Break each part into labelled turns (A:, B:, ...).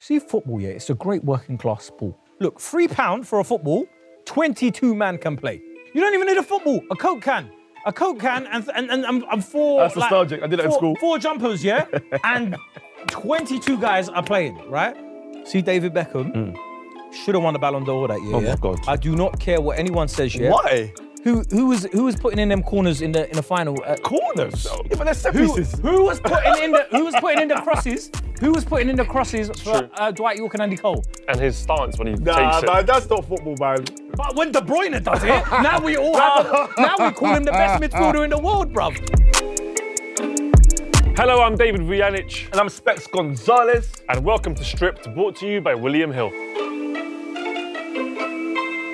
A: See football, yeah, it's a great working class sport. Look, three pound for a football, 22 man can play. You don't even need a football, a Coke can. A Coke can and, and, and, and, and four...
B: That's nostalgic. I did it at
A: four-
B: school.
A: Four jumpers, yeah? and 22 guys are playing, right? See, David Beckham should have won the Ballon d'Or that year.
B: Hmm. Oh my
A: yeah?
B: God.
A: I do not care what anyone says, yeah?
B: Why?
A: Who, who, was, who was putting in them corners in the, in the final? uh,
B: Corners. Yeah, but that's set
A: who,
B: pieces.
A: who was putting in the who was putting in the crosses? Who was putting in the crosses for
C: True.
A: uh, Dwight York and Andy Cole?
C: And his stance when he
B: Nah,
C: takes
B: man,
C: it.
B: that's not football, man.
A: But when De Bruyne does it, now we all have now we call him the best midfielder in the world, bruv.
C: Hello, I'm David Vujanic,
B: And I'm Specs Gonzalez.
C: and welcome to Stripped, brought to you by William Hill.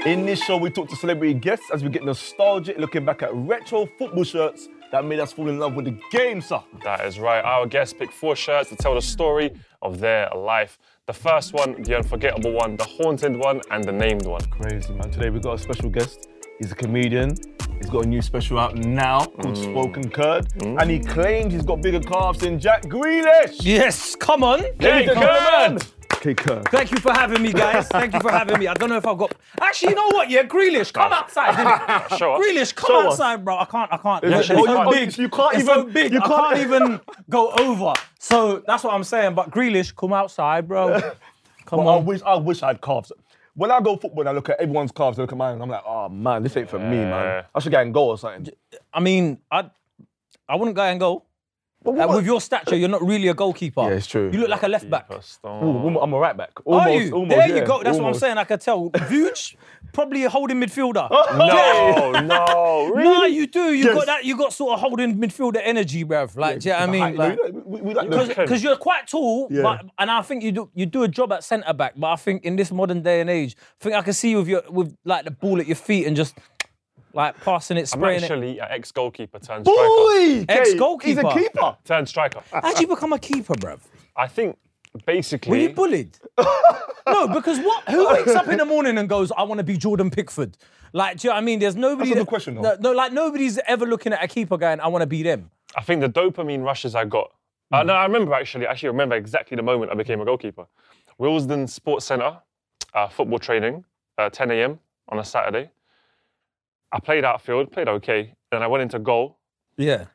B: In this show, we talk to celebrity guests as we get nostalgic, looking back at retro football shirts that made us fall in love with the game, sir.
C: That is right. Our guests pick four shirts to tell the story of their life. The first one, the unforgettable one, the haunted one, and the named one.
B: Crazy, man. Today, we've got a special guest. He's a comedian. He's got a new special out now called
A: Mm.
B: Spoken Curd. And he claims he's got bigger calves than Jack Grealish.
A: Yes, come on.
C: Hey,
B: Jack
C: Curd!
B: Okay, Curd.
A: Thank you for having me, guys. Thank you for having me. I don't know if I've got. Actually, you know what? Yeah, Grealish, come outside. innit?
C: Show us.
A: Grealish, come
B: Show us.
A: outside, bro. I can't. I can't.
B: Is it-
A: It's
B: oh,
A: so
B: you-
A: big.
B: you can't
A: it's
B: even-
A: So big.
B: you
A: I
B: can't-
A: can't even go over. So that's what I'm saying. But Grealish, come outside, bro. Come
B: Well, I
A: on.
B: wish I wish I had calves. When I go football and I look at everyone's calves, I look at mine and I'm like, oh man, this ain't for me, man. I should get in goal or something.
A: I mean, I I wouldn't go and go.
B: But
A: Like,
B: what-
A: with your stature, you're not really a goalkeeper.
B: Yeah, it's true.
A: You look like a left back.
C: Stone.
B: Ooh, I'm a right back. Almost,
A: Are you?
B: almost,
A: there you
B: yeah,
A: go. That's what I'm
B: almost.
A: saying. I could tell. Vuj, probably a holding midfielder.
C: No, no, really?
A: Nah, you do. You
B: Yes.
A: got that. You got sort of holding midfielder energy, bruv. Like, do you know
B: Height,
A: what I mean? Like,
B: no, we, we- we like the-
A: because you're quite tall,
B: Yeah.
A: but and I think you do you do a job at centre back. But I think in this modern day and age, I think I can see you with your with like the ball at your feet and just like passing it,
C: I'm
A: spraying it.
C: actually an ex-goalkeeper turned striker.
B: Boy, Kay,
A: Ex-goalkeeper.
B: He's a keeper.
C: Turned striker.
A: How'd you become a keeper, bruv?
C: I think basically.
A: Were you bullied? no, because what? Who wakes up in the morning and goes, "I want to be Jordan Pickford"? Like, do you know what I mean? There's nobody.
B: That's a good
A: that-
B: question, though.
A: No, no, like nobody's ever looking at a keeper going, "I want to be them."
C: I think the dopamine rushes I got. Uh,
A: Mm-hmm.
C: no, I remember actually. Actually, I remember exactly the moment I became a goalkeeper. Willesden Sports Centre, uh, football training, uh, 10 a.m. on a Saturday. I played outfield, played okay. Then I went into goal,
A: Yeah.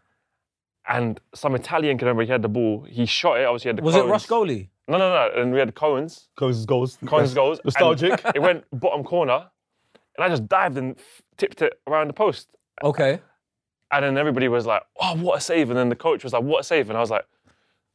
C: and some Italian can remember he had the ball. He shot it. Obviously, he had the
A: Was
B: Oh,
C: Cohen's.
A: it Rush goalie?
C: No, no, no. And we had Cohen's.
B: Cohen's goals.
C: Cohen's goals. and
B: Nostalgic.
C: It went bottom corner, and I just dived and f- tipped it around the post.
A: Okay.
C: And then everybody was like, "Oh, what a save!" And then the coach was like, "What a save!" And I was like,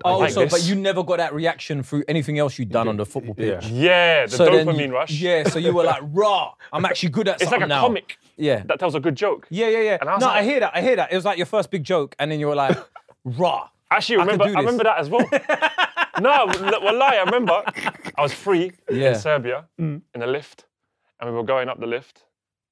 A: Oh,
C: like
A: so
C: this.
A: but you never got that reaction through anything else you'd done on the football pitch.
C: "Yeah, the
A: So then
C: dopamine
A: you-
C: rush."
A: Yeah, so you were like, "Raw, I'm actually good at
C: It's
A: something
C: like a
A: now."
C: comic
A: Yeah.
C: that tells a good joke.
A: Oh, Yeah, yeah, yeah.
C: And I
A: no,
C: was
A: I
C: like-
A: hear that. I hear that. It was like your first big joke, and then you were like, "Raw."
C: Actually,
A: I could
C: remember, I,
A: do this.
C: remember that as well. no, well, lie. I remember I was free
A: Yeah.
C: in Serbia in the lift, and we were going up the lift,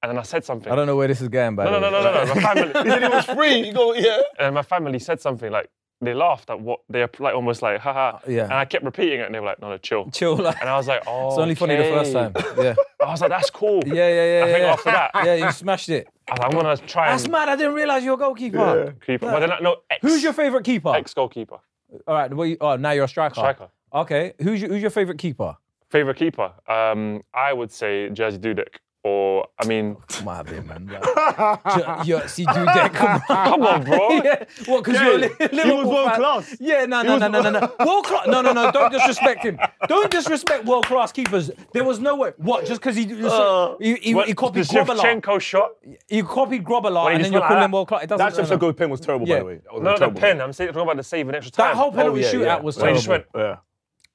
C: and then I said something.
A: I don't know where this is going, by
C: no,
A: the
C: no, no,
A: way.
C: no, no, no. My family,
B: it was free. You go, yeah.
C: and my family said something like they laughed at what they like almost like haha.
A: Uh, yeah.
C: And I kept repeating it, and they were like, no, no, chill.
A: Chill, like.
C: And I was like, oh.
A: it's only funny the first time. Yeah.
C: I was like, that's cool.
A: Yeah, yeah, yeah.
C: I
A: yeah,
C: think
A: yeah.
C: after that,
A: yeah, you smashed it.
C: I was like, I'm gonna try
A: That's
C: and
A: mad. I didn't realize you're a goalkeeper.
C: keep. But then I, no, ex,
A: Who's your favorite keeper?
C: ex goalkeeper?
A: All right. Well, you, oh, now you're a striker.
C: Striker.
A: Okay. Who's your, who's your favorite keeper?
C: Favorite keeper? Um, I would say Jersey Dudek, or I mean,
A: Come on, bit, man. Like, you, see, dude, that, come on.
C: come on, bro.
A: Yeah, what? Because you're a li- Liverpool
B: world
A: fan.
B: class.
A: Yeah, no, no, no, no, no, no. World class. No, no, no. Don't disrespect him. Don't disrespect world class keepers. There was no way. What? Just because he, he he,
C: What-
A: he copied
C: the
A: Grobbelaar.
C: Shevchenko shot.
A: He copied
C: Well,
A: Grobbelaar,
C: he
A: and
C: just
A: then you're
C: went like
A: calling
C: that.
A: him world class. It doesn't.
B: That
A: no,
B: Shevchenko
A: no.
B: pen was terrible,
A: Yeah.
B: by the way. That was a
C: No, the
B: terrible
C: pen.
B: one.
C: I'm saying, talking about the save in extra time.
A: That whole
B: Oh,
A: penalty
B: yeah,
A: shootout
B: yeah.
A: was
B: Well,
C: he
A: terrible.
C: just went-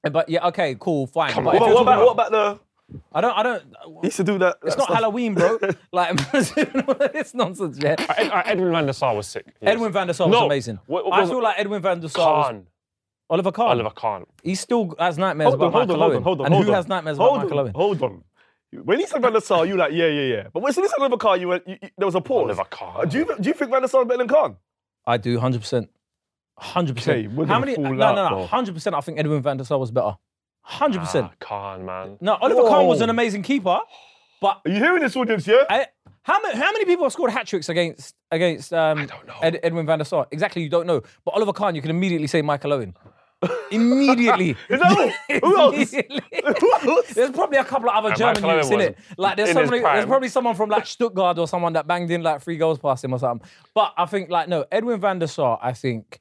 B: Yeah.
A: But yeah, okay, cool, fine. But
C: on.
A: if
B: What,
A: you're
B: what,
A: talking
B: about, what about the?
A: I don't, I don't.
B: He used to do that.
A: It's not Halloween, bro. like, it's nonsense. Yeah.
C: Ed, uh, Edwin van der Sar was sick. He
A: Edwin van der Sar was
C: No,
A: amazing.
C: what- what
A: I
C: was-
A: feel like Edwin van der Sar was
C: Khan.
A: Oliver Kahn.
C: Oliver Khan.
A: He still has nightmares
B: Hold on,
A: about
B: hold on,
A: Michael
B: hold
A: Owen.
B: on, hold on.
A: and
B: hold
A: who
B: on.
A: has nightmares
B: hold
A: about Michael
B: on,
A: Owen?
B: Hold on. When he said Van der Sar, you like, yeah, yeah, yeah. But when he said Oliver Kahn, you went, you, you- there was a pause.
C: Oliver Kahn.
B: Uh, do, you, do you think Van der Sar is better than Kahn?
A: I do, 100%. 100%.
B: Okay, we're
A: How
B: gonna
A: many?
B: fall
A: no,
B: out,
A: no,
B: bro.
A: no. 100%. I think Edwin van der Sar was better. 100%.
C: Ah, Khan, man.
A: no, Oliver Kahn was
B: Whoa.
A: an amazing keeper, but
B: Are you hearing this, audience, yeah?
A: I, how, many, how many people have scored hat tricks against against um,
C: don't know.
A: Ed, Edwin van der Sar? Exactly, you don't know. But Oliver Kahn, you can immediately say Michael Owen. Immediately.
D: Is that all? Who else? Who else?
A: There's probably a couple of other
C: And
A: German
C: Michael
A: youths
C: Owen
A: in
C: was
A: it. Like there's
C: in his
A: somebody, there's
C: prime.
A: probably someone from like Stuttgart or someone that banged in like three goals past him or something. But I think like no, Edwin van der Sar. I think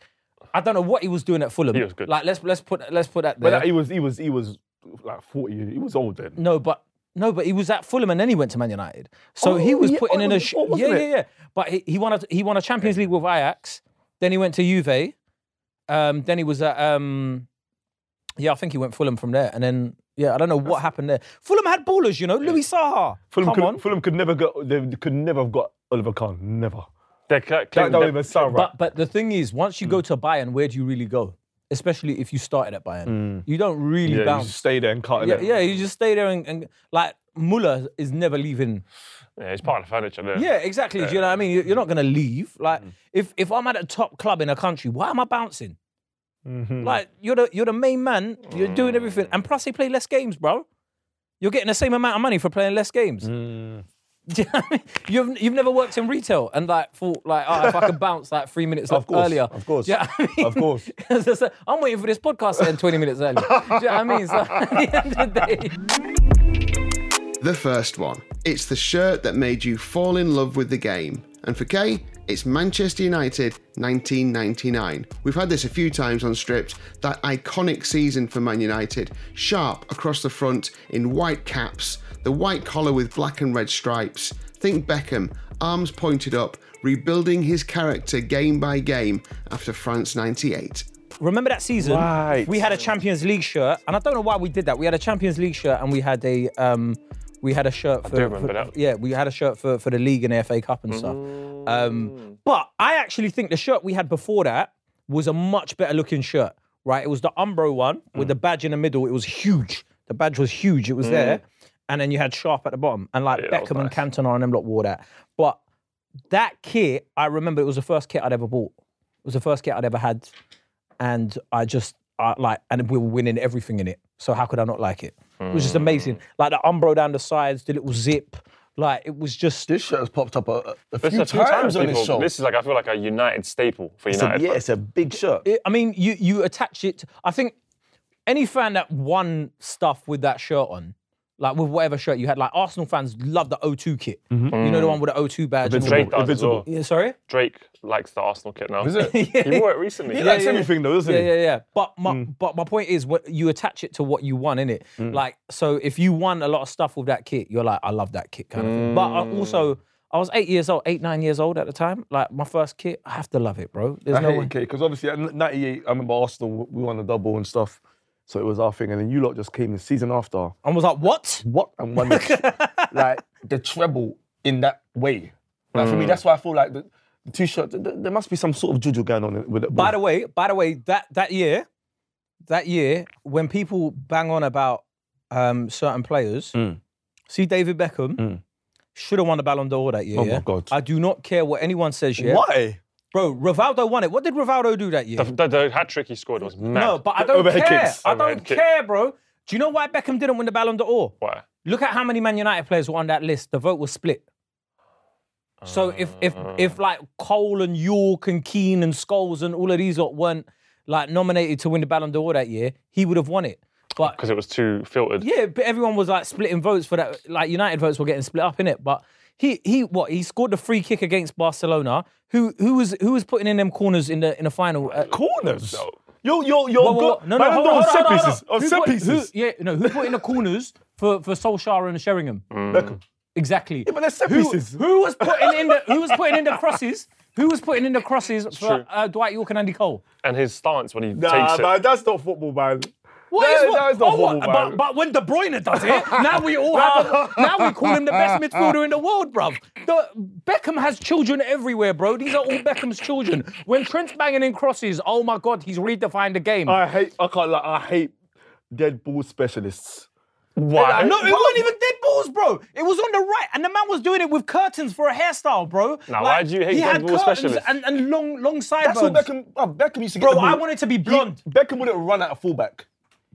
A: I don't know what he was doing at Fulham.
C: He was good.
A: Like let's let's put let's put that
D: But
A: there.
D: that- he was he was he was like 40. He was old then.
A: no, but no, but he was at Fulham and then he went to Man United. So he
D: Oh,
A: was
D: yeah.
A: putting
D: Oh,
A: in
D: it
A: a
D: was-
A: sh-
D: oh,
A: yeah
D: wasn't
A: yeah
D: it?
A: yeah. But he, he won a he won a Champions League with Ajax. Then he went to Juve. Um, then he was at um, yeah I think he went Fulham from there and then. Yeah, I don't know what happened there. Fulham had ballers, you know. Louis Saha.
D: Fulham
A: come
D: could,
A: on.
D: Fulham could never go. They could never have got Oliver Kahn. Never.
C: They're cl-
D: That
C: claiming
D: don't
C: that-
D: even sound right.
A: But but the thing is, once you go
D: Mm.
A: to Bayern, where do you really go? Especially if you started at Bayern, you don't really
D: Mm. Yeah, you
A: bounce.
D: just stay there and cut it.
A: yeah,
D: out.
A: yeah, you just stay there and, and like Muller is never leaving.
C: yeah, it's part of the furniture there.
A: Yeah, exactly. Do you know what I mean? You- You're not gonna leave.
D: Mm-hmm.
A: Like if if I'm at a top club in a country, why am I bouncing?
D: Mm-hmm.
A: Like you're the you're the main man. You're doing everything, and plus they play less games, bro. You're getting the same amount of money for playing less games.
D: Mm.
A: Do you know what I mean? You've you've never worked in retail and like thought like, oh, if I could bounce like three minutes
D: Of course,
A: earlier,
D: of course,
A: Do you know what I mean?
D: of course.
A: So, so, I'm waiting for this podcast to end 20 minutes early. Do you know what I mean? So at the end of the day,
E: The first one. It's the shirt that made you fall in love with the game. And for Kay, it's Manchester United 1999. We've had this a few times on Stripped, that iconic season for Man United, sharp across the front in white caps, the white collar with black and red stripes. Think Beckham, arms pointed up, rebuilding his character game by game after France 98.
A: remember that season?
D: Right.
A: We had a Champions League shirt, and I don't know why we did that. We had a Champions League shirt, and we had a um, we had a shirt. For,
C: do remember
A: for-
C: that.
A: Yeah, we had a shirt for for the league and the FA Cup and stuff. Um, but I actually think the shirt we had before that was a much better looking shirt. Right, it was the Umbro one with
C: Mm.
A: the badge in the middle. It was huge. The badge was huge. It was there, and then you had Sharp at the bottom, and like
C: Yeah, that was
A: Beckham and
C: nice.
A: Cantona and them lot wore that. But that kit, I remember it was the first kit I'd ever bought. It was the first kit I'd ever had, and I just I, like, and we were winning everything in it. So how could I not like it? It was just amazing. Like the umbro down the sides, the little zip, like it was just.
B: This shirt's popped up a, a- a
C: This is
B: few
C: a few
B: times, on
C: people-
B: this show.
C: This is like I feel like a United staple for
B: It's a-
C: United.
B: yeah, it's a big shirt.
A: I mean, you you attach it. To, I think any fan that won stuff with that shirt on. Like with whatever shirt you had, like Arsenal fans love the O2 kit. You know the one with the O2 badge. and all
C: Drake
A: that.
C: does as well.
A: Yeah, sorry.
C: Drake likes the Arsenal kit now. Is
D: it?
C: He wore it recently.
D: He likes everything though, doesn't
A: Yeah,
D: he?
A: yeah, yeah. But my
B: Mm.
A: but my point is, what you attach it to what you won in it. Like, so if you won a lot of stuff with that kit, you're like, I love that kit kind of thing. But I
B: Mm.
A: also, I was eight years old, eight nine years old at the time. Like my first kit, I have to love it, bro. There's
D: I
A: no
D: hate
A: way.
D: it, because obviously at 98, I remember Arsenal, we won the double and stuff. So it was our thing. And then you lot just came the season after.
A: I was like, what?
B: What and won the, like the treble in that way. Like
D: Mm.
B: for me, that's why I feel like the, the two shirts. th- th- there must be some sort of juju going on with it.
A: By the way, by the way, that that year, that year when people bang on about um, certain players,
B: Mm.
A: see David Beckham. Should have won the Ballon d'Or that year.
B: Oh my
A: yeah?
B: God.
A: I do not care what anyone says. Yeah,
B: why?
A: bro. Rivaldo won it. What did Rivaldo do that year?
C: The, the, the hat trick he scored was mad.
A: No, but I don't
D: Overhead
A: care.
D: kicks.
A: I don't
C: Overhead kick.
A: care, bro. Do you know why Beckham didn't win the Ballon d'Or?
C: Why?
A: Look at how many Man United players were on that list. The vote was split. So if if if like Cole and York and Keane and Scholes and all of these lot weren't like nominated to win the Ballon d'Or that year, he would have won it. But
C: Because it was too filtered.
A: yeah, but everyone was like splitting votes for that. Like United votes were getting split up in it, but. He, he what he scored the free kick against Barcelona. Who who was who was putting in them corners in the in the final? Uh,
D: Corners. Yo, yo, yo.
A: Whoa, whoa, whoa.
D: go-
A: No, no,
D: Man,
A: hold
D: I'm
A: on,
D: on
A: hold
D: set
A: on, hold
D: pieces.
A: on.
D: On
A: Who
D: set
A: put- who-
D: pieces.
A: yeah, no, who put in the corners for, for Solskjaer and Sheringham? Mm.
D: Beckham.
A: Exactly.
D: But they're set
A: who,
D: pieces.
A: who was putting in the who was putting in the crosses? Who was putting in the crosses for
C: true.
A: uh, Dwight York and Andy Cole?
C: And his stance when he
D: Nah,
C: takes it.
D: man, that's not football, man.
A: What
D: That-
A: is what?
D: that is not
A: oh, what?
D: football, man.
A: But, but when De Bruyne does it, now we all have. A, now we call him the best midfielder in the world, bruv. The, Beckham has children everywhere, bro. These are all Beckham's children. When Trent's banging in crosses, oh my god, he's redefined the game.
D: I hate, I can't lie, I hate dead ball specialists.
C: Why?
A: No, it wasn't even dead balls, bro. It was on the right, and the man was doing it with curtains for a hairstyle, bro.
C: Now, why do you hate
A: he
C: dead
A: had
C: ball
A: curtains
C: specialists?
A: And, and long, long
D: That's what
A: sideburns.
D: Beckham, oh, Beckham used to get
A: Bro,
D: the ball.
A: I wanted to be
D: He-
A: blonde.
D: Beckham wouldn't run out of fullback.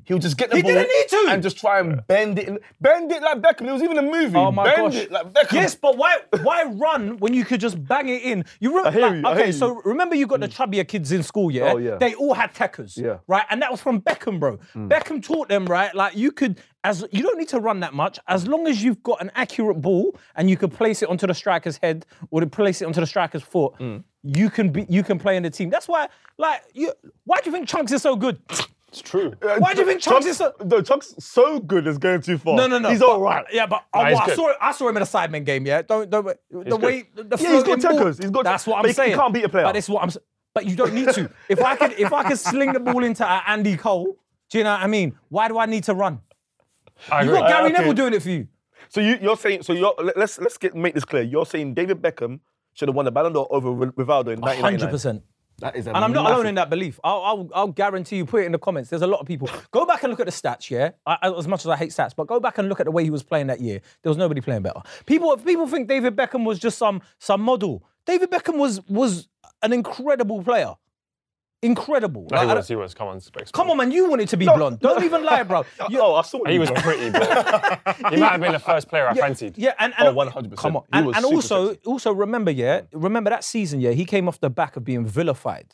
B: He'll just get the
A: He
B: ball
A: didn't need to.
B: and just try and bend it, bend it like Beckham. It was even a movie.
A: Oh my
B: bend
A: gosh!
B: it like Beckham.
A: yes, but why why run when you could just bang it in? You remember?
D: hear you, I
A: okay,
D: hear
A: so remember you got the chubbier kids in school, yeah?
D: Oh, yeah.
A: They all had tackers,
D: Yeah. Mm.
A: right? And that was from Beckham, bro. Beckham taught them, right? Like you could as you don't need to run that much as long as you've got an accurate ball and you can place it onto the striker's head or to place it onto the striker's foot.
D: Mm.
A: You can be you can play in the team. That's why, like, you why do you think Chunks is so good?
C: It's true.
B: Uh,
A: Why do you think Chunks is so
D: No, Chuck's so good is going too far.
A: No, no, no.
D: He's
A: But-
D: all right.
A: Yeah, but oh,
C: he's
A: wow, I
C: good.
A: saw I saw him in a Sidemen game. Yeah, don't don't. The way the
D: Yeah, he's got
A: floating ball-
D: tackles, he's got-
A: That's what
D: but
A: I'm
D: he
A: saying.
D: can't beat a player.
A: But this is what I'm. s- But you don't need to. if I could if I could sling the ball into a Andy Cole, do you know what I mean? Why do I need to run?
C: I
A: You
C: agree.
A: got Gary
D: okay.
A: Neville doing it for you.
B: So you, you're saying so? You're let- let's let's get make this clear. You're saying David Beckham should have won the Ballon d'Or over Ri- Rivaldo in
A: Hundred
B: 1999.
A: percent.
B: That is a
A: And I'm not
B: massive-
A: alone in that belief. I'll, I'll, I'll guarantee you, put it in the comments. There's a lot of people. Go back and look at the stats, yeah? I, I- as much as I hate stats, but go back and look at the way he was playing that year. There was nobody playing better. People if people think David Beckham was just some, some model. David Beckham was, was an incredible player. Incredible. Like,
C: No,
A: I
C: he
A: don't-
C: was. He was. Come on.
A: come on, man, you wanted to be blonde. Don't even lie, bro. You-
B: Oh, I saw
C: He
B: you,
C: was
B: bro.
C: pretty, bro. he might have been the first player I fancied.
A: Yeah, and, and
B: Oh, 100%.
A: Come on,
B: He
A: and,
B: was
A: and
B: super
A: also, also remember, yeah, remember that season, yeah, he came off the back of being vilified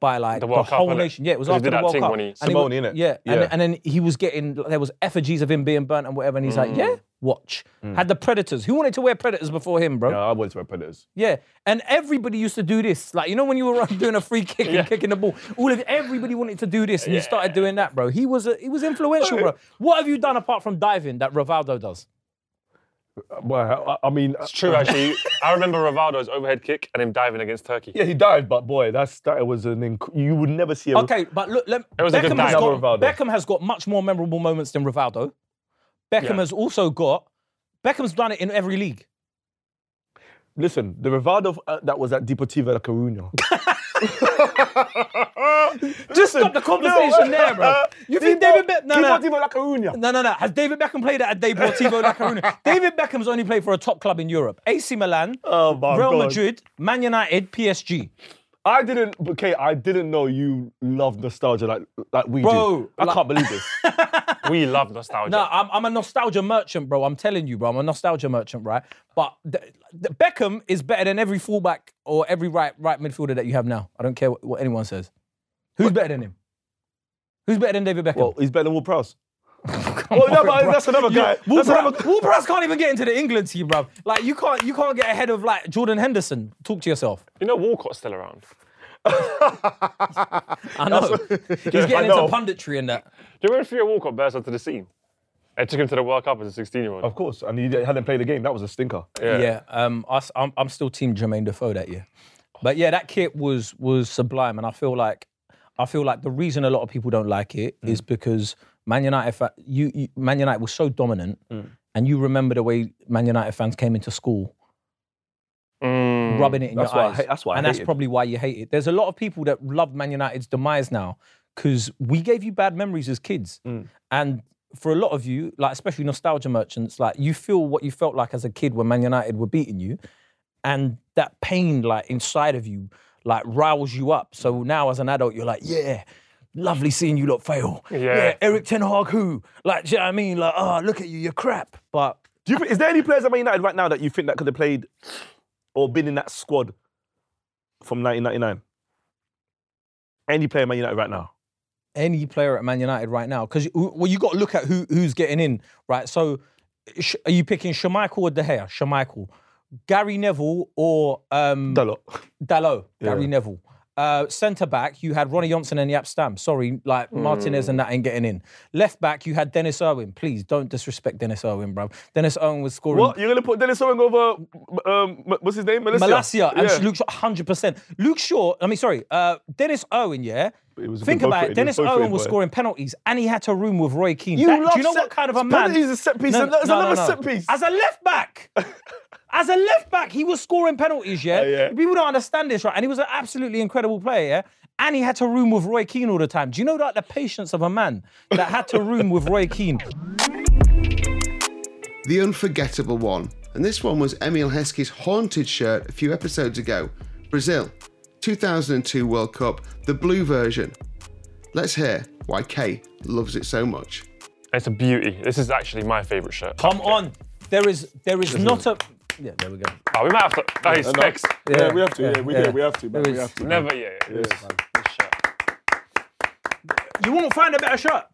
A: by like the,
C: World Cup,
A: whole
C: innit?
A: nation. Yeah, it was
C: 'Cause he
A: after
C: did
A: the
C: that
A: World
C: thing
A: Cup.
C: when he-
A: And he
B: Simone,
A: was-
B: innit?
A: Yeah, and,
B: Yeah.
A: and then he was getting there was effigies of him being burnt and whatever, and he's like, yeah, watch. Had the Predators. Who wanted to wear Predators before him, bro?
B: No, I wanted to wear Predators.
A: Yeah, and everybody used to do this. Like you know when you were doing a free kick and kicking the ball, all of everybody wanted to do this, and you started doing that, bro. He was a, he was influential, bro. What have you done apart from diving that Rivaldo does?
D: Well, I, I mean,
C: It's true, actually. I remember Rivaldo's overhead kick and him diving against Turkey.
B: Yeah, he died, but boy, that's that was an inc- you would never see a
A: Okay, but look, let,
C: was a good
A: Beckham, has
C: night.
A: got,
B: Rivaldo.
A: Beckham has got much more memorable moments than Rivaldo. Beckham
C: Yeah.
A: has also got. Beckham's done it in every league.
B: Listen, the Rivaldo uh, that was at Deportivo La Coruña.
A: Just stop the conversation there, bro. You think David Beckham? No, no.
B: Deportivo La Coruña.
A: no, no, no. Has David Beckham played at Deportivo La Coruña? David Beckham's only played for a top club in Europe: AC Milan,
B: Oh my
A: Real
B: God.
A: Madrid, Man United, PSG.
B: I didn't. Okay, I didn't know you love nostalgia like like we
A: Bro,
B: do. I
A: like-
B: can't believe this.
C: We love nostalgia.
A: No, I'm, I'm a nostalgia merchant, bro. I'm telling you, bro. I'm a nostalgia merchant, right? But th- th- Beckham is better than every fullback or every right right midfielder that you have now. I don't care what, what anyone says. Who's better than him? Who's better than David Beckham?
B: well, he's better than Will Prowse. well, no, but that's another guy.
A: Wolves
B: That's another guy.
A: can't even get into the England team, bro. Like you can't you can't get ahead of like Jordan Henderson. Talk to yourself.
C: You know Walcott's still around.
A: I know. He's getting
B: know.
A: into punditry and that.
C: Do you remember Theo Walcott burst onto the scene? They took him to the World Cup as a 16 year old.
B: Of course, and he hadn't played a game. That was a stinker.
A: Yeah. um, I, am I'm still team Jermaine Defoe that year, but yeah, that kit was was sublime, and I feel like I feel like the reason a lot of people don't like it is
B: Mm.
A: because Man United fa- you, you Man United was so dominant,
B: Mm.
A: and you remember the way Man United fans came into school. Rubbing it in
B: Mm. That's
A: your
B: why I
A: eyes.
B: hate- that's why I
A: and
B: hate
A: that's
B: it.
A: probably why you hate it. There's a lot of people that love Man United's demise now because we gave you bad memories as kids.
B: Mm.
A: And for a lot of you, like especially nostalgia merchants, like you feel what you felt like as a kid when Man United were beating you, and that pain like inside of you like riles you up. So now as an adult, you're like, yeah. Lovely seeing you lot fail. Yeah. Eric Ten Hag, who? Like, do you know what I mean? Like, oh, look at you, you're crap. But
B: Do you, think- is there any players at Man United right now that you think that could have played or been in that squad from 1999? Any player at Man United right now?
A: any player at Man United right now? Because well, you got to look at who who's getting in, right? So, sh- are you picking Schmeichel or De Gea? Schmeichel, Gary Neville or um,
B: Dalot.
A: Dallo, Gary Neville. Uh, centre back, you had Ronnie Johnson and Yap Stam. Sorry, like Martinez and that ain't getting in. Left back, you had Dennis Irwin. Please don't disrespect Dennis Irwin, bro. Dennis Irwin was scoring.
B: What? You're going to put Dennis Owen over, um, what's his name? Malacia.
A: Malasia and
B: Yeah.
A: Luke Shaw, hundred percent. Luke Shaw, I mean, sorry, uh, Dennis Irwin, yeah.
B: It was a
A: Think
B: good both
A: about it.
B: footed, it was
A: Dennis
B: both
A: Irwin
B: footed,
A: was
B: boy.
A: scoring penalties, and he had to room with Roy Keane.
B: You
A: That-
B: love
A: do you know
B: set-
A: what kind of a man?
B: penalties is set piece, and that is another set piece.
A: As a left back, as a left back, he was scoring penalties. Yeah?
B: Oh, yeah.
A: people don't understand this, right? And he was an absolutely incredible player. Yeah, and he had to room with Roy Keane all the time. Do you know like the patience of a man that had to room with Roy Keane?
E: The unforgettable one. And this one was Emil Heske's haunted shirt a few episodes ago. Brazil, 2002 World Cup, the blue version. Let's hear why Kay loves it so much.
C: It's a beauty. This is actually my favourite shirt.
A: Come on. There is there is not a Yeah, there we go.
C: Oh, we might have to. Oh, he's fixed.
A: Yeah,
D: we have to. Yeah, we,
A: yeah.
D: yeah. we have to. Man. We
A: There is-
D: have to. man.
C: Never, yeah. yeah. This- this shirt.
A: You won't find a better shirt.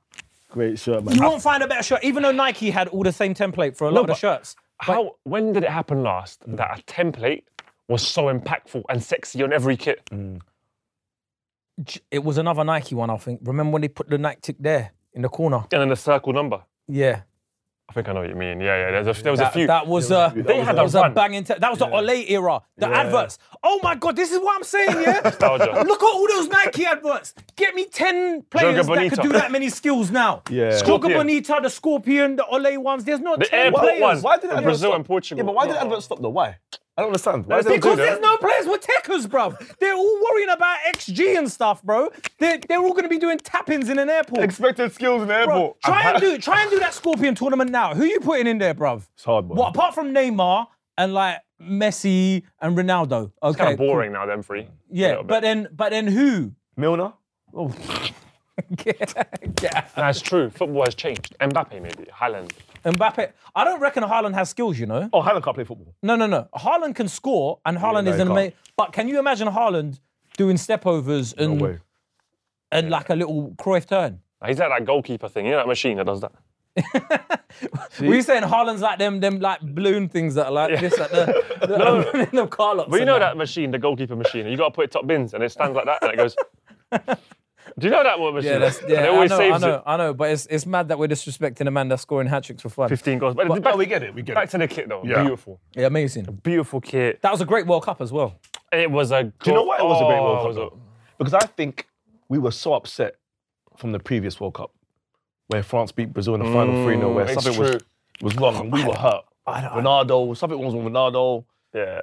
D: Great shirt, man.
A: You won't find a better shirt, even though Nike had all the same template for a lot of the
C: but-
A: shirts.
C: How? When did it happen last that a template was so impactful and sexy on every kit?
A: Mm. J- It was another Nike one, I think. Remember when they put the Nike tick there in the corner?
C: And then the circle number.
A: Yeah.
C: I think I know what you mean. Yeah, yeah. There's a, there was a
A: That,
C: few.
A: that was uh,
C: They
A: that
C: had
A: was
C: a
A: a
C: run.
A: banging. Te- that was the Olay era. The adverts. Oh my god, this is what I'm saying. Yeah.
C: Nostalgia.
A: Look at all those Nike adverts. Get me ten
C: Joga
A: players that
C: Bonita.
A: could do that many skills now.
B: Yeah.
A: Joga
C: Scorpion.
A: Bonita, the Scorpion, the Olay ones. There's no
C: The
A: 10
C: airport
A: players.
C: ones.
B: Why did
C: From
B: adverts
C: Brazil
B: stop?
C: and Portugal?
B: Yeah, but why did
C: No.
B: adverts stop though? Why? I don't understand. Why did they
A: Because
B: do that?
A: there's no players with techers, bruv. They're all worrying about XG and stuff, bro. They're, they're all going to be doing tap-ins in an airport.
D: Expected skills in the
A: bruv.
D: airport.
A: Try and do try and do that Scorpion tournament now. Who you putting in there, bruv?
B: It's hard, boy.
A: Well, apart from Neymar and like Messi and Ronaldo. Okay.
C: Kind of boring now, them three.
A: Yeah, but then but then who?
B: Milner?
A: Get- get-
C: That's true. Football has changed. Mbappe, maybe. Highland.
A: Mbappe. I don't reckon Haaland has skills, you know.
B: Oh, Haaland can't play football.
A: No, no, no. Haaland can score and Haaland
B: no,
A: is
B: he
A: an
B: can't.
A: amazing. But can you imagine Haaland doing stepovers and
B: way.
A: and like a little Cruyff turn?
C: He's like that goalkeeper thing. You know that machine that does that?
A: Were you saying Haaland's like them them like balloon things that are like this at the, the opening of car lots?
C: But you
A: and
C: know that machine, the goalkeeper machine. You got to put it top bins, and it stands like that, and it goes. Do you know that one machine?
A: Yeah, that's,
C: and
A: yeah.
C: it
A: I
C: always
A: know, I
C: saves
A: know,
C: it.
A: I know. But it's it's mad that we're disrespecting a man that's scoring hat tricks for fun.
C: 15 goals. But, back,
D: No, we get it. We get
C: back
D: it.
C: to the kit though.
D: Yeah.
C: Beautiful,
A: Yeah, amazing.
C: beautiful kit.
A: That was a great World Cup as well.
C: It was a. Oh,
B: Do you know what? It was a great World Cup.
C: goal-
B: though. Because I think we were so upset from the previous World Cup where France beat Brazil in the final 3 0, where
C: it's
B: something
C: true.
B: was, was wrong and we were hurt. Ronaldo, something was wrong with Ronaldo.
C: Yeah.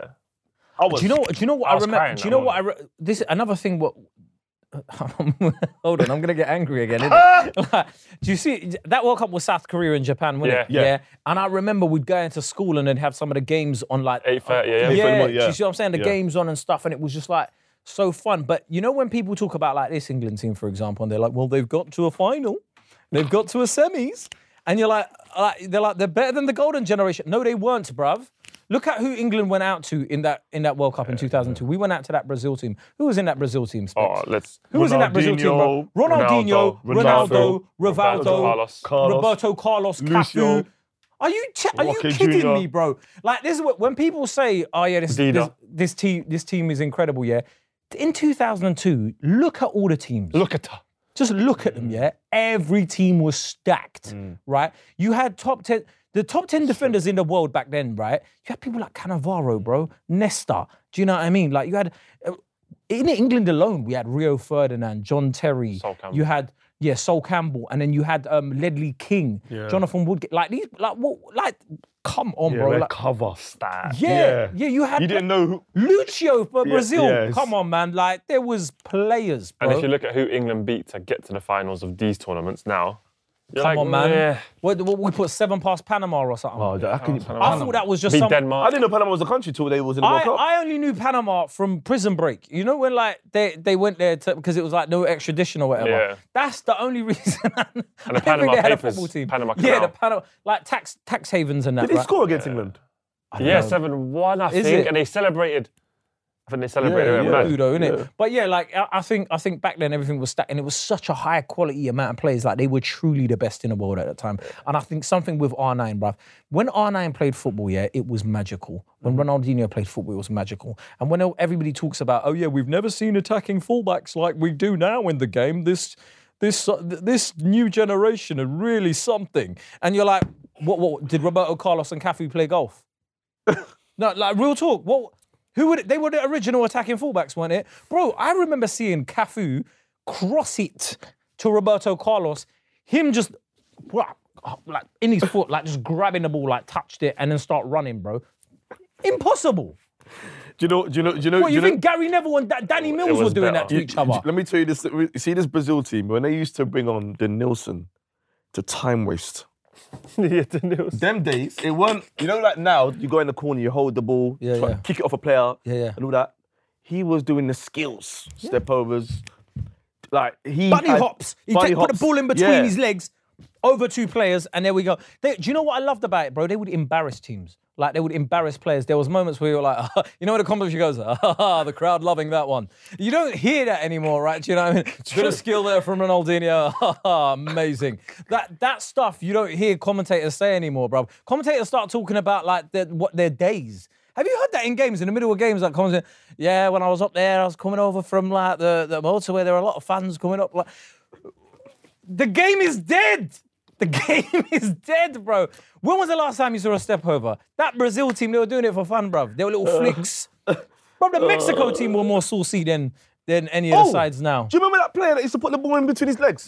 B: I was,
A: Do you know? Do you know what
C: I
A: I,
C: was
A: remember?
C: crying
A: Do you
C: that
A: know what I? Re- this another thing. What? Hold on, I'm gonna get angry again. Innit? Like, do you see that World Cup was South Korea and Japan, wasn't it?
C: Yeah. Yeah.
A: And I remember we'd go into school and then have some of the games on like
C: 8:30, yeah, yeah.
A: yeah,
B: 8:30,
A: Do
B: yeah.
A: you see what I'm saying? The
B: Yeah.
A: games on and stuff, and it was just like so fun. But you know when people talk about like this England team, for example, and they're like, well, they've got to a final, they've got to a semis, and you're like, like they're like they're better than the golden generation. No, they weren't, bruv. Look at who England went out to in that in that World Cup in 2002. We went out to that Brazil team. Who was in that Brazil team? Specs?
C: Oh, let's.
A: Who was in that Brazil team, bro? Ronaldinho, Ronaldo,
C: Ronaldo,
A: Rivaldo,
C: Carlos.
B: Carlos.
A: Roberto Carlos,
B: Lucio.
A: Cafu. Are you ch- are you
B: Roque
A: kidding
B: Jr..
A: me, bro? Like this is what when people say, "Oh yeah, this this,
C: Dida.
A: this team this team is incredible." Yeah, in 2002, look at all the teams.
C: Look at her.
A: Just look at them. Yeah, every team was stacked, right? You had top ten. The top 10 defenders in the world back then, right? You had people like Cannavaro, bro, Nesta. Do you know what I mean? Like, you had uh, in England alone, we had Rio Ferdinand, John Terry.
C: Sol Campbell.
A: You had yeah, Sol Campbell, and then you had um, Ledley King, Jonathan Woodgate. Like these, like what, like come on,
B: Yeah,
A: bro.
B: red
A: Like,
B: cover. Stat.
A: yeah, yeah, you had
B: You didn't know who.
A: Lucio for Brazil.
B: yes.
A: Come on, man. Like there was players, bro.
C: And if you look at who England beat to get to the finals of these tournaments now, you're
A: come
C: like,
A: on, man.
C: "Meh."
A: What, what, we put seven past Panama or something.
B: Oh, that, I, couldn't-
A: I thought that was just
C: Beat
A: some.
B: I
C: Denmark.
B: didn't know Panama was a country till they was in the
A: I,
B: World Cup.
A: I only knew Panama from Prison Break. You know when like they, they went there to, because it was like no extradition or whatever.
C: Yeah.
A: That's the only reason. I, and
C: the Panama
A: they had a
C: Papers,
A: football team.
C: Panama
A: yeah, the
C: Canal.
A: Panama like tax tax havens and that.
B: Did they
A: right?
B: score against England?
C: yeah, seven one, I
A: Is
C: think,
A: it?
C: and they celebrated. I think they celebrated.
B: Yeah,
C: it,
B: yeah.
C: man.
A: do though, innit? But yeah, like I, I think I think back then everything was stacked, and it was such a high quality amount of players. Like they were truly the best in the world at the time. And I think something with R9, bruv. When R9 played football, yeah, it was magical. When Ronaldinho played football, it was magical. And when everybody talks about, oh yeah, we've never seen attacking fullbacks like we do now in the game. This this uh, this new generation are really something. And you're like, what? What did Roberto Carlos and Cafu play golf? No, like real talk. What? Who would they were the original attacking fullbacks, weren't it, bro? I remember seeing Cafu cross it to Roberto Carlos, him just wha- like in his foot, like just grabbing the ball, like touched it, and then start running, bro. Impossible.
B: Do you know? Do you know? Do you know?
A: What
B: do
A: you
B: you know-
A: think Gary Neville and Da- Danny Mills were
C: was
A: doing
C: better.
A: that to each other?
B: Let me tell you this. you See this Brazil team when they used to bring on the Nilsson to time waste.
C: yeah, the news.
B: Them days, it weren't. You know, like now, you go in the corner, you hold the ball,
A: Yeah,
B: try-
A: yeah.
B: kick it off a player,
A: Yeah, yeah.
B: and all that. He was doing the skills, step overs. like he
A: bunny
B: had-
A: hops. He
B: bunny
A: take, put
B: hops.
A: the ball in between
B: Yeah.
A: his legs, over two players, and there we go. They, do you know what I loved about it, bro? They would embarrass teams. Like they would embarrass players. There was moments where you were like, you know what a conversation goes, "Ah, the crowd loving that one. You don't hear that anymore, right? Do you know what I mean? Bit of skill there from Ronaldinho. Ah, Amazing. That that stuff you don't hear commentators say anymore, bro. Commentators start talking about like their, what their days. Have you heard that in games, in the middle of games, like commenting, yeah, when I was up there, I was coming over from like the, the motorway, there were a lot of fans coming up. Like, the game is dead. The game is dead, bro. When was the last time you saw a step over? That Brazil team, they were doing it for fun, bro. They were little
B: Uh.
A: flicks. Bro, the Mexico team were more saucy than than any of the
B: Oh.
A: sides now.
B: Do you remember that player that used to put the ball in between his legs?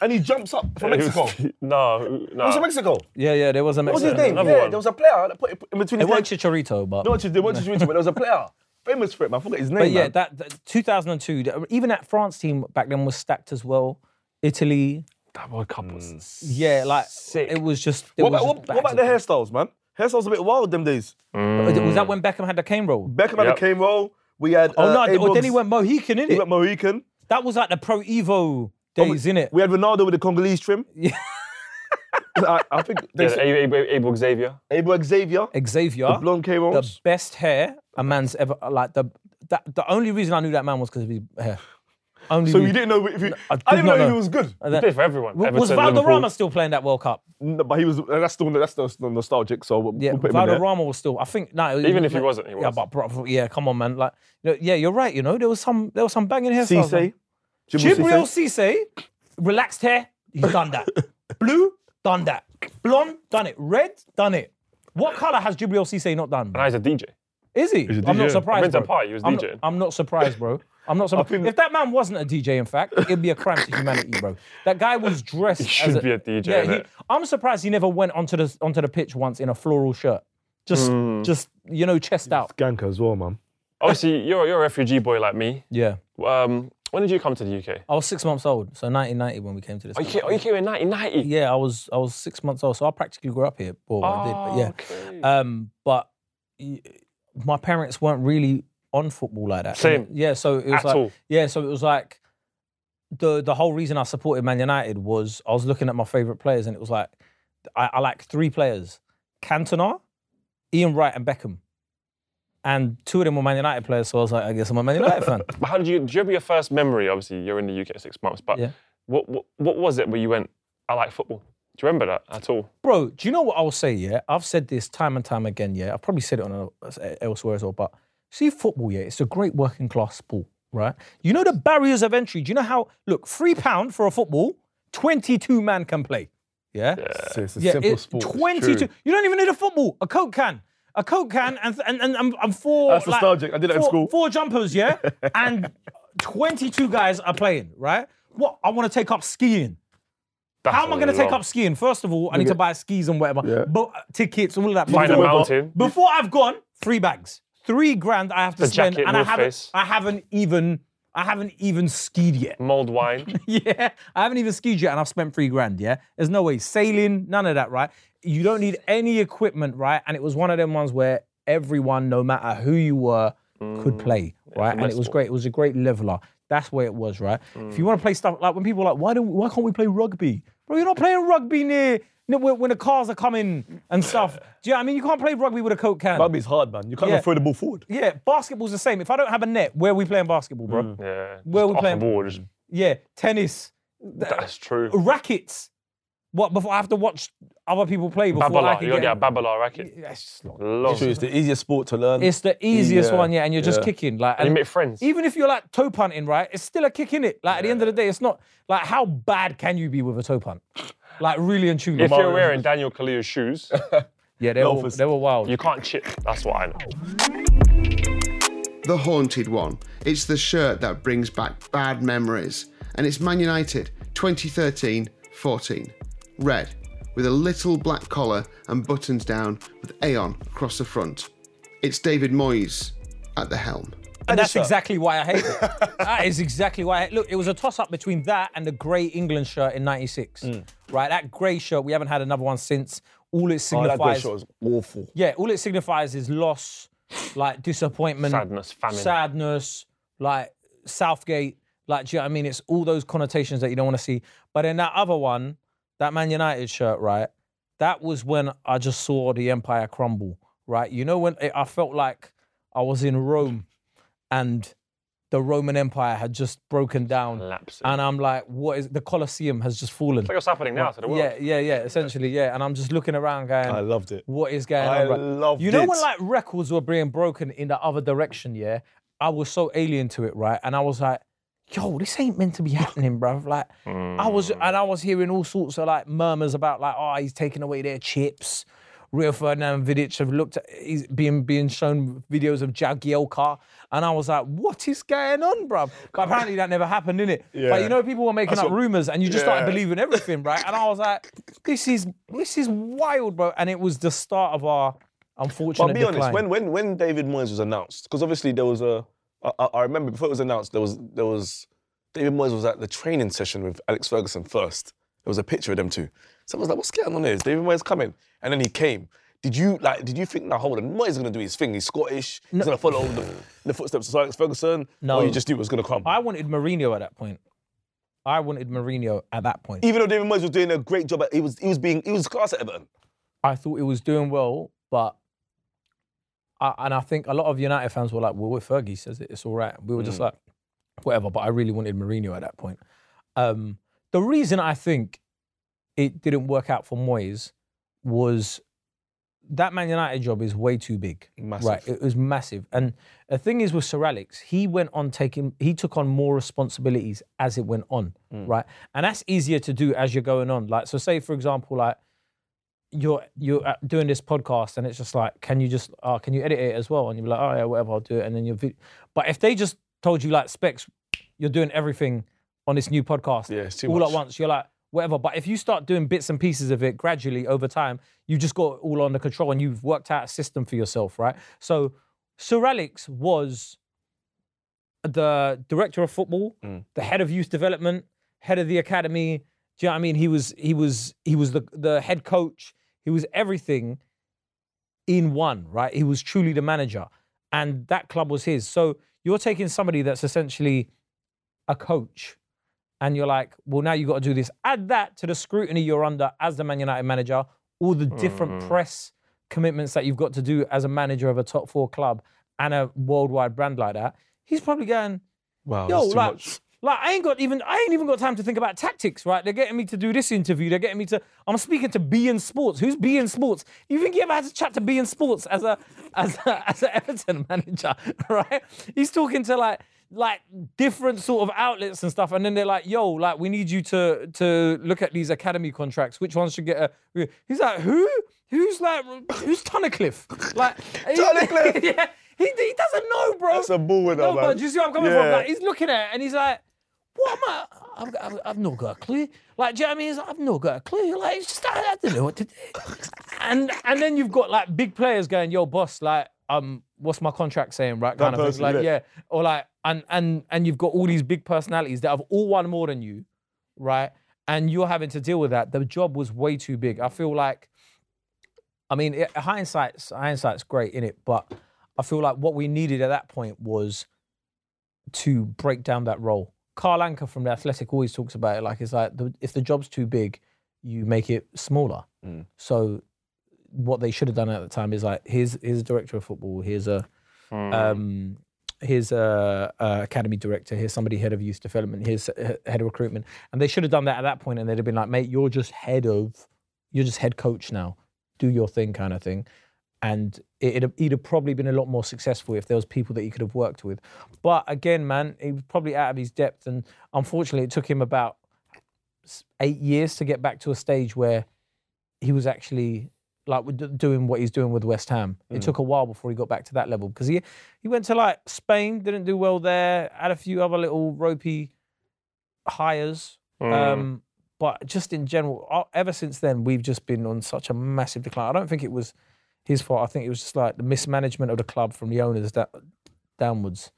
B: and he Ah. jumps up from Mexico. It
C: No, no.
B: was from Mexico. What
A: Yeah, yeah, there was a
B: was
A: Mexico.
B: his name?
C: another
B: Yeah,
C: one.
B: there was a player that put it in between
A: It
B: his
A: wasn't
B: legs.
A: Chicharito, but,
B: No, what you did, what you did, but there was a player famous for it, man. I forgot his name.
A: but yeah,
B: man.
A: that, that 2002, that- even that France team back then was stacked as well. Italy,
C: That World Cup was sick.
A: yeah, like it was just. It
B: what,
A: was
B: about,
A: just
B: what,
A: back
B: what about
A: to
B: the hairstyles, man? Hairstyles a bit wild them days.
A: back. Was that when Beckham had the cane roll?
B: Beckham had
C: Yep.
B: a cane roll. We had.
A: Oh
B: uh,
A: no!
B: Abrams.
A: Or then he went Mohican,
B: He
A: innit?
B: went Oh, Mohican.
A: That was like the pro Evo
B: we-
A: days, innit?
B: We had Ronaldo with the Congolese trim.
A: Yeah.
B: I, I think they
C: Yeah,
B: said
C: Abel, Abel Xavier.
B: Abel Xavier,
A: Xavier,
B: the blonde K
A: the
B: rolls.
A: best hair a man's ever like the that, the only reason I knew that man was because of his hair. Only
B: So you
A: reason.
B: didn't know if you. I,
A: did not
B: didn't know,
A: know.
B: if he was good.
A: And
C: He
A: that-
C: played for everyone.
A: W- was
C: Everton,
A: Valderrama
C: Liverpool.
A: still playing that World Cup?
B: No, but he was. That's still that's still still nostalgic. So we'll,
A: Yeah,
B: we'll put him in there.
A: Valderrama was still. I think no. it was
C: Even if he
A: like-
C: wasn't, he
A: Yeah,
C: was.
A: but bro, yeah, come on, man. Like, you know, yeah, you're right. You know, there was some there was some banging hair.
B: Cisse, Jibril
A: Jibril
B: Cisse.
A: Cisse, relaxed hair, he's done that. Blue, done that. Blonde, done it. Red, done it. What color has Jibril Cisse not done?
C: And he's a DJ.
A: Is he?
D: a
A: I'm not
D: DJ.
A: surprised.
C: I went to
A: bro.
C: a party, he was
A: I'm
C: DJing.
A: Not, I'm not surprised, bro. I'm not surprised.
B: think-
A: If that man wasn't a DJ, in fact, it'd be a crime to humanity, bro. That guy was dressed. He
C: should
A: as
C: be a DJ,
A: Yeah, he,
C: innit?
A: I'm surprised he never went onto the onto the pitch once in a floral shirt. Just,
C: Hmm.
A: just you know, chest out.
B: Ganker as well, man.
C: Obviously, you're, you're a refugee boy like me.
A: Yeah,
C: Um, when did you come to the UK?
A: I was six months old, so 1990 when we came to this.
C: Oh, you
A: country.
C: came, oh, you came in 1990.
A: Yeah, I was I was six months old, so I practically grew up here. Well, I did, but
C: Oh,
A: yeah.
C: okay.
A: Um, but y- my parents weren't really on football like that.
C: Same.
A: Yeah, so it was
C: At
A: like
C: all.
A: yeah, so it was like the the whole reason I supported Man United was I was looking at my favorite players and it was like I, I like three players: Cantona, Ian Wright, and Beckham. And two of them were Man United players, so I was like, I guess I'm a Man United fan.
C: But how did you, do you remember your first memory? Obviously, you're in the UK six months, but
A: Yeah.
C: what, what, what was it where you went, I like football? Do you remember that at all?
A: bro, do you know what I'll say? Yeah, I've said this time and time again. Yeah, I've probably said it on a, e, elsewhere as well. But see, football, yeah, it's a great working class sport, right? You know the barriers of entry. Do you know how? Look, three pound for a football, twenty-two man can play. Yeah,
B: So it's a
A: yeah,
B: simple
A: it-
B: sport. it's
A: Twenty-two.
B: true.
A: You don't even need a football. A coke can. A coke can and and and, and, and four.
B: That's
A: like,
B: nostalgic. I did that in
A: four-
B: school.
A: Four jumpers, yeah, and twenty-two guys are playing. Right? What? I want to take up skiing.
C: That's
A: How am I
C: a
A: going to take
C: lot.
A: up skiing? First of all, I need to buy skis and whatever,
B: Yeah.
A: but uh, tickets and all of that.
C: Find a
A: Before-
C: mountain.
A: Before I've gone, three bags, three grand. I have to
C: The
A: spend,
C: jacket,
A: and I
C: North
A: haven't,
C: Face.
A: I haven't even, I haven't even skied yet.
C: Mulled wine.
A: yeah, I haven't even skied yet, and I've spent three grand. Yeah, there's no way sailing, none of that, right? You don't need any equipment, right? And it was one of them ones where everyone, no matter who you were, could play, right? And it was great. It was a great leveler. That's where it was, right? If you want to play stuff like when people are like, why don't, why can't we play rugby, bro? You're not playing rugby near. no, When when the cars are coming and stuff, do you know what I mean? You can't play rugby with a coke can.
B: Rugby's hard, man. You can't
A: Yeah.
B: even throw the ball forward.
A: Yeah, basketball's the same. If I don't have a net, where are we playing basketball, bro?
C: Yeah.
A: Where
C: just
A: we
C: off
A: playing?
C: The ball, just-
A: Yeah, tennis.
C: that's true.
A: rackets. What before I have to watch other people play before I
C: Babola.
A: can
C: You gotta
A: get.
C: get a Babola racket.
A: That's just not-
C: Love.
B: It's the easiest sport to learn.
A: It's the easiest
B: Yeah,
A: one, yeah, and you're just
B: yeah.
A: kicking. Like,
C: And you
A: and
C: make friends.
A: even if you're like toe punting, right? It's still a kick in it. Like at the end of the day, it's not like how bad can you be with a toe punt? Like really and truly.
C: If you're wearing Daniel Kaluuya's shoes,
A: yeah, they were,
B: loafers.
A: they were wild.
C: you can't chip. That's what I know.
E: The Haunted One. It's the shirt that brings back bad memories. And it's Man United 2013 14. Red, with a little black collar and buttons down with Aeon across the front. It's David Moyes at the helm.
A: And that's exactly why I hate it. that is exactly why. I Look, it was a toss up between that and the grey England shirt in '96.
C: Mm.
A: Right, that grey shirt. We haven't had another one since. All it
B: Oh,
A: signifies.
B: that great shot was awful.
A: Yeah, all it signifies is loss, like disappointment,
C: Sadness, famine.
A: sadness, like Southgate, Like, do you know what I mean? It's all those connotations that you don't want to see. But in that other one, that Man United shirt, right? That was when I just saw the empire crumble, right? You know when it, I felt like I was in Rome, and the Roman Empire had just broken down,
C: Collapsing.
A: and I'm like, what is the Colosseum has just fallen?
C: Like what's happening now to the world?
A: Yeah, yeah, yeah. Essentially, yeah. And I'm just looking around, going,
B: I loved it.
A: what is going
B: I
A: on? right?
B: loved
A: You know
B: it.
A: when like records were being broken in the other direction, yeah? I was so alien to it, right? And I was like, yo, this ain't meant to be happening, bruv. Like I
B: Mm.
A: was and I was hearing all sorts of like murmurs about like, oh, he's taking away their chips. Rio Ferdinand and Vidic have looked at he's being being shown videos of Jagielka. And I was like, what is going on, bruv? But apparently that never happened, innit?
B: Yeah.
A: But you know, people were making up rumors and you just started
B: Yeah.
A: believing everything, right? And I was like, this is this is wild, bro. And it was the start of our unfortunate
B: But be
A: decline.
B: honest, when when when David Moyes was announced, because obviously there was a, I, I- I remember before it was announced, there was there was David Moyes was at the training session with Alex Ferguson first. There was a picture of them two. So I was like, what's going on here? Is David Moyes coming? And then he came. Did you like? Did you think now? Hold on, Moyes is gonna do his thing. He's Scottish. He's gonna follow the, the footsteps of Alex Ferguson.
A: No.
B: or you just knew it was gonna come.
A: I wanted Mourinho at that point. I wanted Mourinho at that point.
B: Even though David Moyes was doing a great job, at, he was he was being he was class at Everton.
A: I thought it was doing well, but I, and I think a lot of United fans were like, "Well, if Fergie says it, it's all right." We were
B: Mm.
A: just like, "Whatever." But I really wanted Mourinho at that point. Um, the reason I think it didn't work out for Moyes was that Man United job is way too big.
B: Massive.
A: Right, it was massive. And the thing is with Sir Alex, he went on taking, he took on more responsibilities as it went on. Right, and that's easier to do as you're going on. Like, so say for example, like you're you're uh, doing this podcast and it's just like, can you just uh, can you edit it as well? And you're like, oh yeah, whatever, I'll do it. And then you're, vid- but if they just told you like specs, you're doing everything on this new podcast,
B: Yeah, it's too
A: all at
B: much.
A: once. You're like, whatever. But if you start doing bits and pieces of it gradually over time, you just got it all under control and you've worked out a system for yourself, right? So Sir Alex was the director of football,
B: Hmm.
A: the head of youth development, head of the academy. Do you know what I mean? He was he was he was the the head coach. He was everything in one, right? He was truly the manager, and that club was his. So you're taking somebody that's essentially a coach, and you're like, well, now you got to do this. Add that to the scrutiny you're under as the Man United manager, all the different press commitments that you've got to do as a manager of a top four club and a worldwide brand like that. He's probably going,
B: Wow,
A: Yo, like, like I ain't got even I ain't even got time to think about tactics, right? They're getting me to do this interview. They're getting me to. I'm speaking to B in Sports. Who's B in Sports? You think he ever had to chat to B in Sports as a as a, as a Everton manager, right? He's talking to like like different sort of outlets and stuff, and then they're like, "Yo, like we need you to to look at these academy contracts. Which ones should get a?" He's like, "Who? Who's like who's Tunnicliffe? Like
B: Tunnicliffe!
A: yeah." He, he doesn't know, bro.
B: That's a bull with
A: No,
B: her,
A: but
B: man.
A: do you see where I'm coming from?
B: Yeah.
A: Like, he's looking at it and he's like, what am I? I've, got- I've, I've not got a clue. Like, do you know what I mean? He's like, I've not got a clue. Like, it's just, I, I don't know what to do. And and then you've got like big players going, yo, boss, like, um, what's my contract saying, right? Kind of
B: person,
A: thing. Like,
B: innit?
A: yeah. Or like, and and and you've got all these big personalities that have all won more than you, right? And you're having to deal with that. The job was way too big. I feel like I mean, it, hindsight's hindsight's great in it, but I feel like what we needed at that point was to break down that role. Carl Anker from the Athletic always talks about it like it's like the, if the job's too big, you make it smaller. So what they should have done at the time is like here's here's a director of football, here's a um, here's a, a academy director, here's somebody head of youth development, here's uh, head of recruitment, and they should have done that at that point, and they'd have been like, mate, you're just head of, you're just head coach now, do your thing, kind of thing, and it, it'd, he'd have probably been a lot more successful if there was people that he could have worked with, but again, man, he was probably out of his depth, and unfortunately, it took him about s- eight years to get back to a stage where he was actually like with- doing what he's doing with West Ham. It took a while before he got back to that level because he he went to like Spain, didn't do well there, had a few other little ropey hires. Um, but just in general, uh, ever since then, we've just been on such a massive decline. I don't think it was his fault. I think it was just like the mismanagement of the club from the owners that downwards.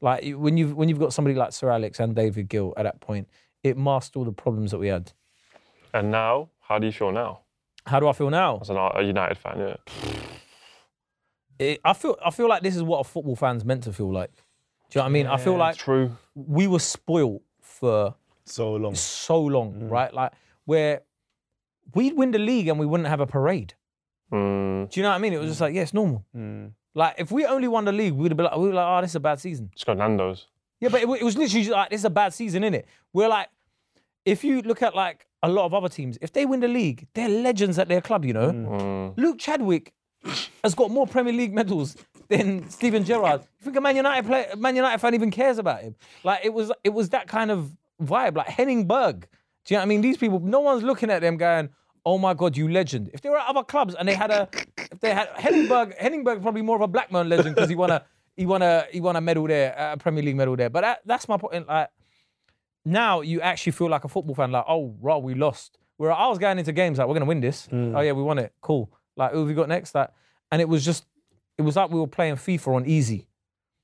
A: Like you- when you've when you've got somebody like Sir Alex and David Gill at that point, it masked all the problems that we had.
C: And now, how do you feel now?
A: How do I feel now?
C: As an, a United fan, yeah.
A: it, I feel I feel like this is what a football fan's meant to feel like. Do you know what I mean? I feel like
C: True.
A: we were spoiled for
D: So long.
A: so long, right? Like where we'd win the league and we wouldn't have a parade.
C: Mm,
A: Do you know what I mean? It was just like, yeah, it's normal. Like if we only won the league, we'd have been like, we were like, oh, this is a bad season.
C: just go Nando's.
A: Yeah, but it, wa- it was literally just like this is a bad season, innit? We're like, if you look at like a lot of other teams, if they win the league, they're legends at their club, you know. Luke Chadwick has got more Premier League medals than Steven Gerrard. You think a Man United player, Man United fan even cares about him? Like it was, it was that kind of vibe, like Henning Berg. Do you know what I mean? These people, no one's looking at them going, "Oh my God, you legend." If they were at other clubs and they had a, if they had Henning Berg, Henning Berg probably more of a black man legend because he won a, he won a, he won a medal there, a Premier League medal there. But that, that's my point. Like now you actually feel like a football fan, like, oh, raw, we lost. Where I was going into games like, we're gonna win this.
B: Mm.
A: Oh yeah, we won it. Cool. Like, who have we got next? Like, and it was just, it was like we were playing FIFA on easy,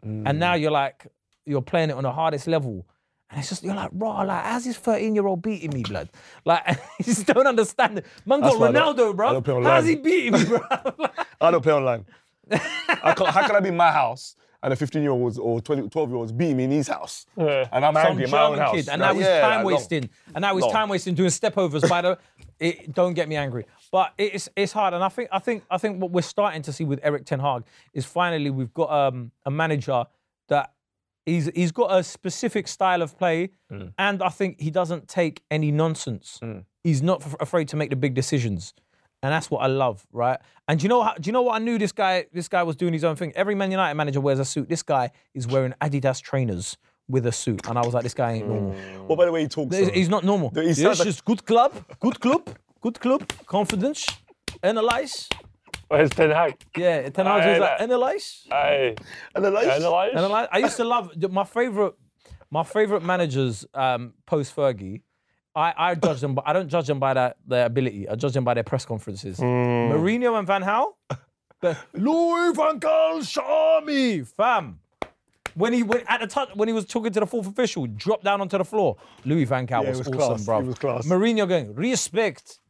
B: Mm.
A: and now you're like, you're playing it on the hardest level. And it's just you're like raw, like how's this 13 year old beating me, blood? Like you just don't understand. it. Man got
B: why I don't-
A: Ronaldo,
B: I don't play
A: bro.
B: online.
A: How's he beating me, bro?
B: I don't play online. I can't, how can I be in my house and a 15 year old or 20, 12 year old beating me in his house?
C: Yeah.
B: And I'm
A: Some
B: angry in my own
A: German
B: house.
A: kid, and
B: Like,
A: now he's
B: yeah,
A: time
B: like, no.
A: wasting, and now he's
B: No.
A: time wasting doing stepovers by the. It, don't get me angry, but it's it's hard, and I think I think I think what we're starting to see with Eric Ten Hag is finally we've got um, a manager that he's he's got a specific style of play, and I think he doesn't take any nonsense. He's not f- afraid to make the big decisions. And that's what I love, right? And do you know how, do you know what I knew this guy this guy was doing his own thing? Every Man United manager wears a suit. This guy is wearing Adidas trainers with a suit. And I was like, this guy ain't normal.
B: Well, by the way, he talks.
A: He's,
B: uh,
A: he's not normal.
B: He
A: This
B: sounds like-
A: is good club, good club, good club, confidence, analyze.
C: Where's Ten Hag?
A: Yeah, Ten Hag
C: I-
A: was
C: I-
A: like, analyze.
C: Aye.
B: and the lights.
C: Analyze.
A: And I, like- I used to love th- my favorite, my favorite managers um, post Fergie. I, I judge them, but I don't judge them by their, their ability. I judge them by their press conferences.
B: Hmm.
A: Mourinho and Van Gaal, the Louis Van Gaal saw me, fam. When he went at the touch, when he was talking to the fourth official, dropped down onto the floor. Louis Van Gaal
B: it
A: was,
B: was
A: awesome,
B: class.
A: bro.
B: It was class.
A: Mourinho going respect,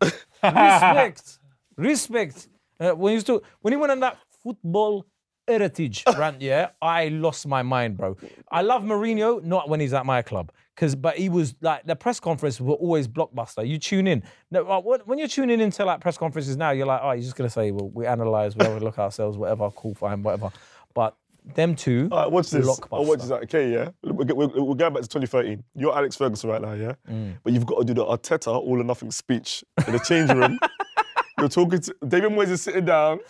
A: respect, respect. Uh, when he was to, when he went on that football heritage rant, yeah, I lost my mind, bro. I love Mourinho, not when he's at my club, because but he was like the press conferences were always blockbuster. You tune in. No, like, when- when you're tuning into like press conferences now, you're like, oh, he's just gonna say, well, we analyze, we overlook ourselves, whatever, cool, fine, whatever. But them two,
B: All right, watch this. Oh, watch
A: blockbuster.
B: this. Okay, yeah. We're, go- we're- we're going back to 2013. You're Alex Ferguson right now, yeah?
A: Mm.
B: But you've got to do the Arteta all or nothing speech in the changing room. You're talking to David Moyes is sitting down.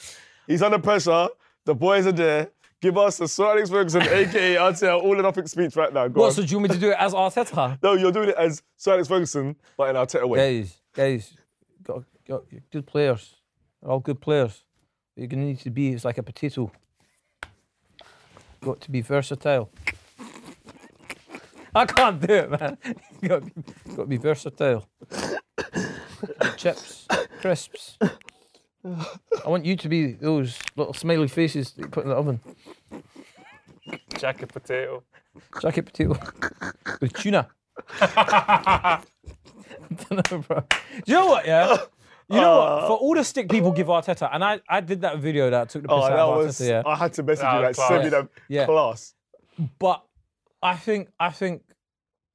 B: He's under pressure. The boys are there. Give us the Sir Alex Ferguson, aka Arteta, all or nothing speech right now. Go
A: what?
B: on.
A: So do you want me to do it as Arteta?
B: No, you're doing it as Sir Alex Ferguson, but in Arteta way.
A: guys, guys, got, got you're good players. They're all good players. But you're gonna need to be it's like a potato. Got to be versatile. I can't do it, man. got, to be, got to be versatile. Chips, crisps. I want you to be those little smiley faces that you put in the oven.
C: Jacket potato.
A: Jacket potato with tuna. Dunno, bro. Do you know what? Yeah. You know what? For all the stick people give Arteta, and I, I did that video that took the piss
B: Oh,
A: out
B: that
A: of Arteta,
B: was.
A: yeah.
B: I had to message
C: That
B: you, like,
C: was
B: send me
A: class.
B: that
A: Yeah.
B: class.
A: But I think I think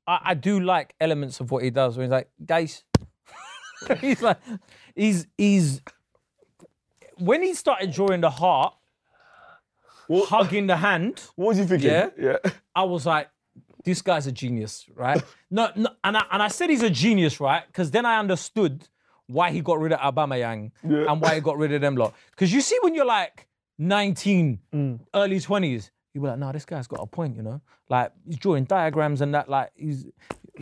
A: I, I do like elements of what he does. When he's like, guys, he's like, he's he's when he started drawing the heart, hugging the hand.
B: What was you thinking?
A: Yeah.
B: yeah.
A: I was like, this guy's a genius, right? no, no, and I, and I said he's a genius, right? Because then I understood why he got rid of Abamayang and why he got rid of them lot. Because you see, when you're like 19, early 20s, you were like, no, this guy's got a point, you know? Like, he's drawing diagrams and that, like, he's,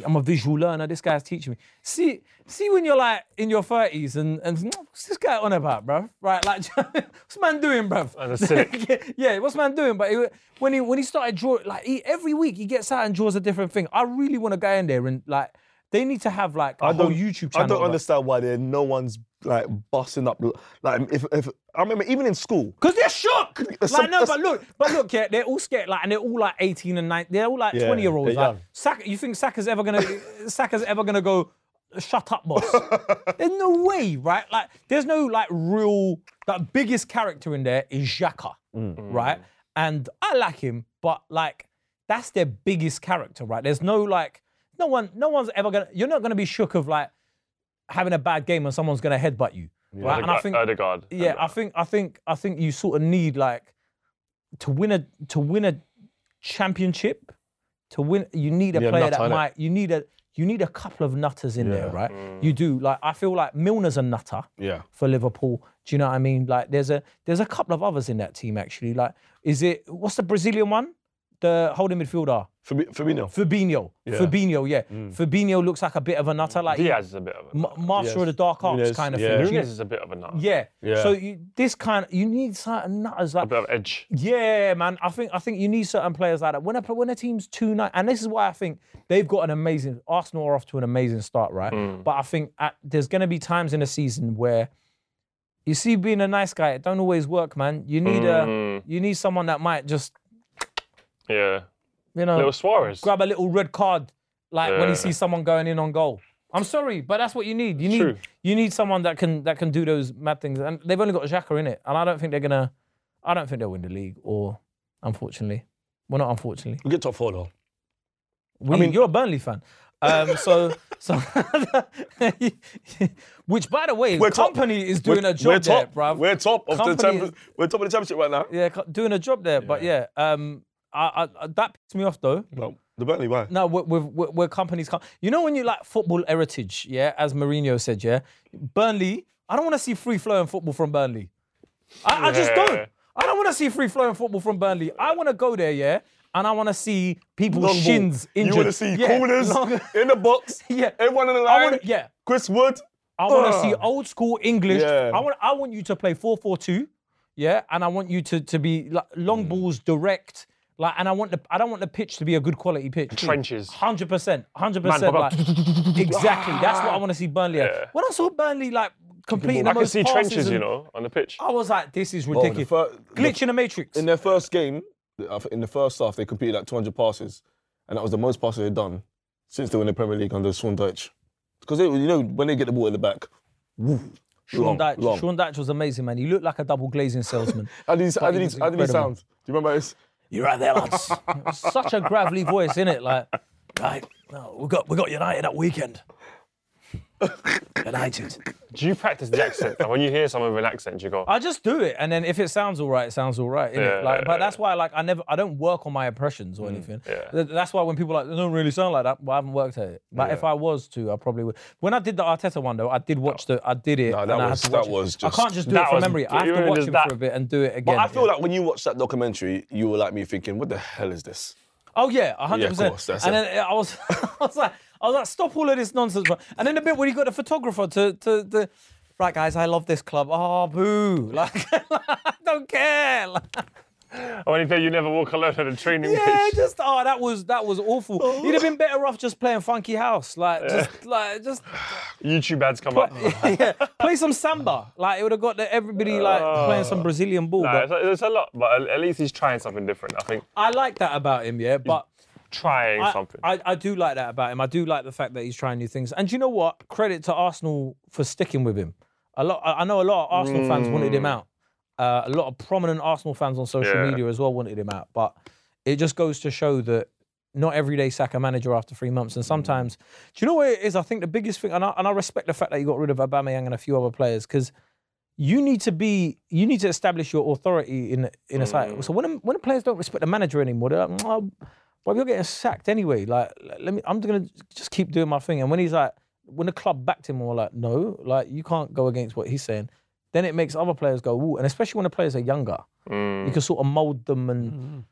A: I'm a visual learner, this guy's teaching me. See, see when you're like in your 30s and, and what's this guy on about, bruv? Right, like, what's man doing, bruv?
C: And a cynic.
A: yeah, yeah, what's man doing? But he, when he when he started drawing, like he, every week he gets out and draws a different thing. I really want to go in there and like they need to have like a whole YouTube channel.
B: I don't
A: bro.
B: understand why there no one's like busting up. Like if, if I remember even in school,
A: Cause they're shook.
B: That's
A: like
B: some-
A: no,
B: that's-
A: but look, but look, yeah, they're all scared. Like, and they're all like eighteen and nine. They're all like
B: Yeah,
A: twenty year olds.
B: they're
A: Like,
B: young.
A: Saka, you think Saka's ever gonna Saka's ever gonna go? Shut up, boss. There's no way, right? Like, there's no like real. The
B: Mm.
A: biggest character in there is Xhaka, right? And I like him, but like That's their biggest character, right? There's no like, no one, no one's ever gonna. You're not gonna be shook of like having a bad game and someone's gonna headbutt you, right? And I think,
C: Erdegaard.
A: yeah, I think, I think, I think you sort of need like to win a to win a championship, to win. You need a
B: need a
A: player
B: nut,
A: that
B: innit?
A: might. You need a you need a couple of nutters in there, right? You do. Like I feel like Milner's a nutter
B: Yeah.
A: for Liverpool. Do you know what I mean? Like there's a there's a couple of others in that team actually. Like is it what's the Brazilian one? The holding midfielder,
B: Fabi- Fabinho.
A: Fabinho. Fabinho, yeah. Fabinho looks like a bit of a nutter, like
C: Diaz is a bit of a.
A: m- master of
B: Yes.
A: the dark arts
B: Nunez,
A: kind of
B: yeah.
A: thing. do you know?
C: Nunes is a bit of a nut.
A: Yeah.
B: Yeah.
A: So you, this kind, you need certain nutters
C: A
A: like
C: bit of edge.
A: yeah, man. I think I think you need certain players like that. When a when a team's two nine, and this is why I think they've got an amazing. Arsenal are off to an amazing start, right? But I think at, there's going to be times in a season where you see being a nice guy, it don't always work, man. You need a you need someone that might just
C: Yeah.
A: you know
C: Little Suarez.
A: grab a little red card, like when
C: Yeah.
A: he sees someone going in on goal. I'm sorry, but that's what you need. You need
C: True.
A: you need someone that can that can do those mad things, and they've only got Xhaka in it, and I don't think they're gonna, I don't think they'll win the league, or unfortunately, well not unfortunately.
B: We get top four though.
A: We, you're a Burnley fan, um, so so, which by the way,
B: top.
A: company is doing
B: we're,
A: a job
B: we're
A: there,
B: top.
A: bruv.
B: We're top of the
A: Company
B: champion- We're top of the championship right now.
A: yeah, co- doing a job there, but yeah, um, I, I, that pissed me off though.
B: Well, the Burnley, why?
A: No, we're, we're, we're, we're companies. Com- you know when you like football heritage, yeah, as Mourinho said, yeah? Burnley, I don't want to see free flowing football from Burnley. I, I just
C: Yeah.
A: don't. I don't want to see free flowing football from Burnley. I want to go there, yeah, and I want to see people's
B: Long ball.
A: shins injured.
B: You want to see
A: Yeah,
B: corners
A: long-
B: in the box?
A: Yeah.
B: Everyone in the
A: I
B: line.
A: wanna- yeah.
B: Chris Wood.
A: I want to see
B: Ugh.
A: old school English.
B: Yeah.
A: I want I want you to play 4-4-2, yeah, and I want you to to be like,
C: Mm.
A: long balls direct. Like, and I want the I don't want the pitch to be a good quality pitch.
C: Trenches.
A: Hundred percent, hundred
C: Man,
A: percent.
C: but-
A: Like, exactly. That's what I want to see Burnley. at.
C: Yeah.
A: When I saw Burnley like completing the
C: I can
A: most
C: see
A: passes
C: trenches, you
A: and- Oh.
C: know, on the pitch.
A: I was like, this is
B: Oh,
A: ridiculous. Glitch in the matrix.
B: in their first game, I think in the first half, they completed like 200 passes, and that was the most passes they'd done since they were in the Premier League under Sean Dyche. Because you know when they get the ball in the back, woo,
A: Sean
B: long,
A: Dyche.
B: long.
A: Sean Dyche was amazing, man. He looked like a double glazing salesman.
B: How did he, how did
A: he
B: he,
A: was
B: how did he
A: incredible.
B: sound? Do you remember his?
A: You're right there, lads. Such a gravelly voice, innit? Like, right, no, we got we got United that weekend. United.
C: Do you practice the accent? and when you hear someone with an accent, you go,
A: I just do it, and then if it sounds all right, it sounds all right. innit?
C: Yeah,
A: like,
C: yeah,
A: but that's why, like, I never, I don't work on my impressions
B: Mm,
A: or anything.
C: yeah.
A: Th- That's why when people are like, they don't really sound like that. Well, I haven't worked at it. But if I was to, I probably would. When I did the Arteta one though, I did watch the, I did it.
B: No,
A: and
B: that
A: I had
B: was-
A: to watch
B: that
A: it.
B: was
A: I
B: just-
A: can't just do
C: that
A: it from
C: was-
A: memory. I have
C: you
A: to
C: know,
A: watch
C: there's
A: him
C: that.
A: for a bit and do it again.
B: But I feel
A: yeah.
B: like when you watch that documentary, you were like me thinking, "What the hell is this?"
A: Oh yeah, hundred
B: Yeah, of
A: percent.
B: course, that's
A: And
B: it.
A: then I was, I was like, I was like, stop all of this nonsense. bro. And then the bit where you got the photographer to, to, to right guys, I love this club. Oh boo, like, I don't care. Like,
C: oh, when you say you never walk alone on a training
A: yeah,
C: pitch.
A: just oh, that was that was awful.
B: Oh.
A: You'd have been better off just playing funky house, like just like just
C: YouTube ads come up.
B: Oh.
A: yeah, play some samba. Like it would have got the, everybody like
B: Oh.
A: playing some Brazilian ball.
C: Nah,
A: but
C: it's, it's a lot, but at- at least he's trying something different. I think
A: I like that about him,
B: Mm.
A: yeah, but.
C: trying
A: I-
C: something.
A: I, I do like that about him. I do like the fact that he's trying new things. And do you know what? Credit to Arsenal for sticking with him. A lot. I I know a lot of Arsenal fans wanted him out. Uh, a lot of prominent Arsenal fans on social
C: Mm. Yeah.
A: media as well wanted him out. But it just goes to show that not every day sack a manager after three months. And
C: Mm.
A: sometimes, do you know what it is? I think the biggest thing, and I, and I respect the fact that you got rid of Aubameyang and a few other players because you need to be you need to establish your authority in in a side. So when a- when the players don't respect the manager anymore, they're like, oh, but you're getting sacked anyway. Like l- let me, I'm gonna just keep doing my thing. And when he's like, when the club backed him, and were like, no, like you can't go against what he's saying. Then it makes other players go, ooh, and especially when the players are younger, you can sort of mold them and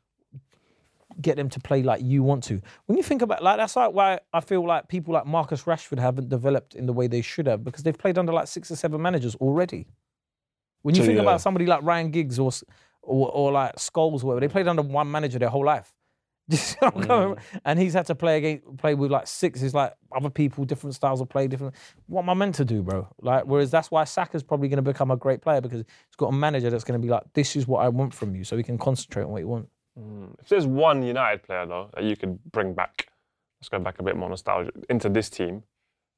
A: get them to play like you want to. When you think about like that's like why I feel like people like Marcus Rashford haven't developed in the way they should have because they've played under like six or seven managers already. When you
B: So,
A: think
B: yeah.
A: about somebody like Ryan Giggs or, s- or or like Scholes or whatever, they played under one manager their whole life. Do you see what I'm going- and he's had to play against play with like six. It's like other people, different styles of play, different. What am I meant to do, bro? Like, whereas that's why Saka's probably going to become a great player because he's got a manager that's going to be like, this is what I want from you, so he can concentrate on what he wants.
C: If there's one United player though that you could bring back, let's go back a bit more nostalgic into this team.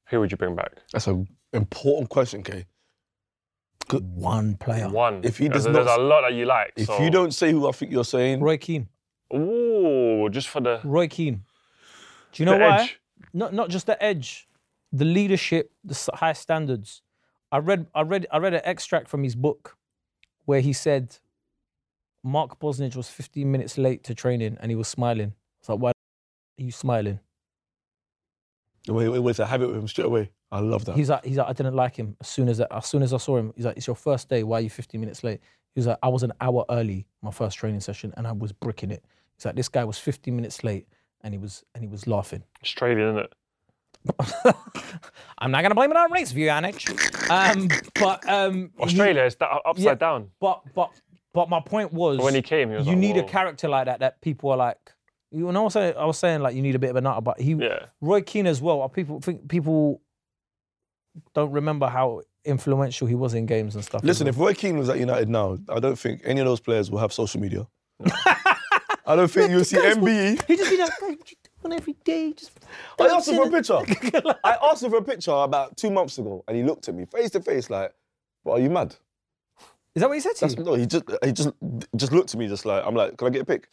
C: Who would you bring back?
B: That's an important question, Kay.
A: One player.
C: One.
B: If he
C: Because
B: does
C: there's
B: not-
C: a lot that you like.
B: If
C: so-
B: you don't say who I think you're saying,
A: Roy Keane.
C: ooh, Liverpool just for the,
A: Roy Keane. Do you know
C: the
A: why?
C: edge.
A: Not not just the edge, the leadership, the s- high standards. I read I read I read an extract from his book where he said Mark Bosnich was 15 minutes late to training and he was smiling. It's like why the are you smiling?
B: Wait, wait, wait. I have it with him straight away. I love that.
A: He's like he's like I didn't like him as soon as I, as soon as I saw him. He's like it's your first day. Why are you 15 minutes late? He was like I was an hour early my first training session and I was bricking it. He's like this guy was 15 minutes late and he was and he was laughing.
C: Australian, isn't it?
A: I'm not gonna blame it on race view, Anich. Um, but um, he-
C: Australia is that upside
A: Yeah.
C: down.
A: but but but my point was
C: When he came, he was
A: you
C: like,
A: need a
C: "Whoa."
A: character like that that people are like. You know, I was saying, I was saying like you need a bit of a nutter, but he
C: Yeah.
A: Roy Keane as well. Are people think people don't remember how influential he was in games and stuff. as
B: Listen,
A: well.
B: if Roy Keane was at United now, I don't think any of those players will have social media. I don't think you'll see MBE.
A: he just be like, "Hey, what you doing every day? Just
B: I asked him for a picture. I asked him for a picture about two months ago, and he looked at me face to face like, "Bro, are you mad?"
A: is that what he said to
B: That's,
A: you?
B: no, he just he just just looked at me just like I'm like, "Can I get a pic?"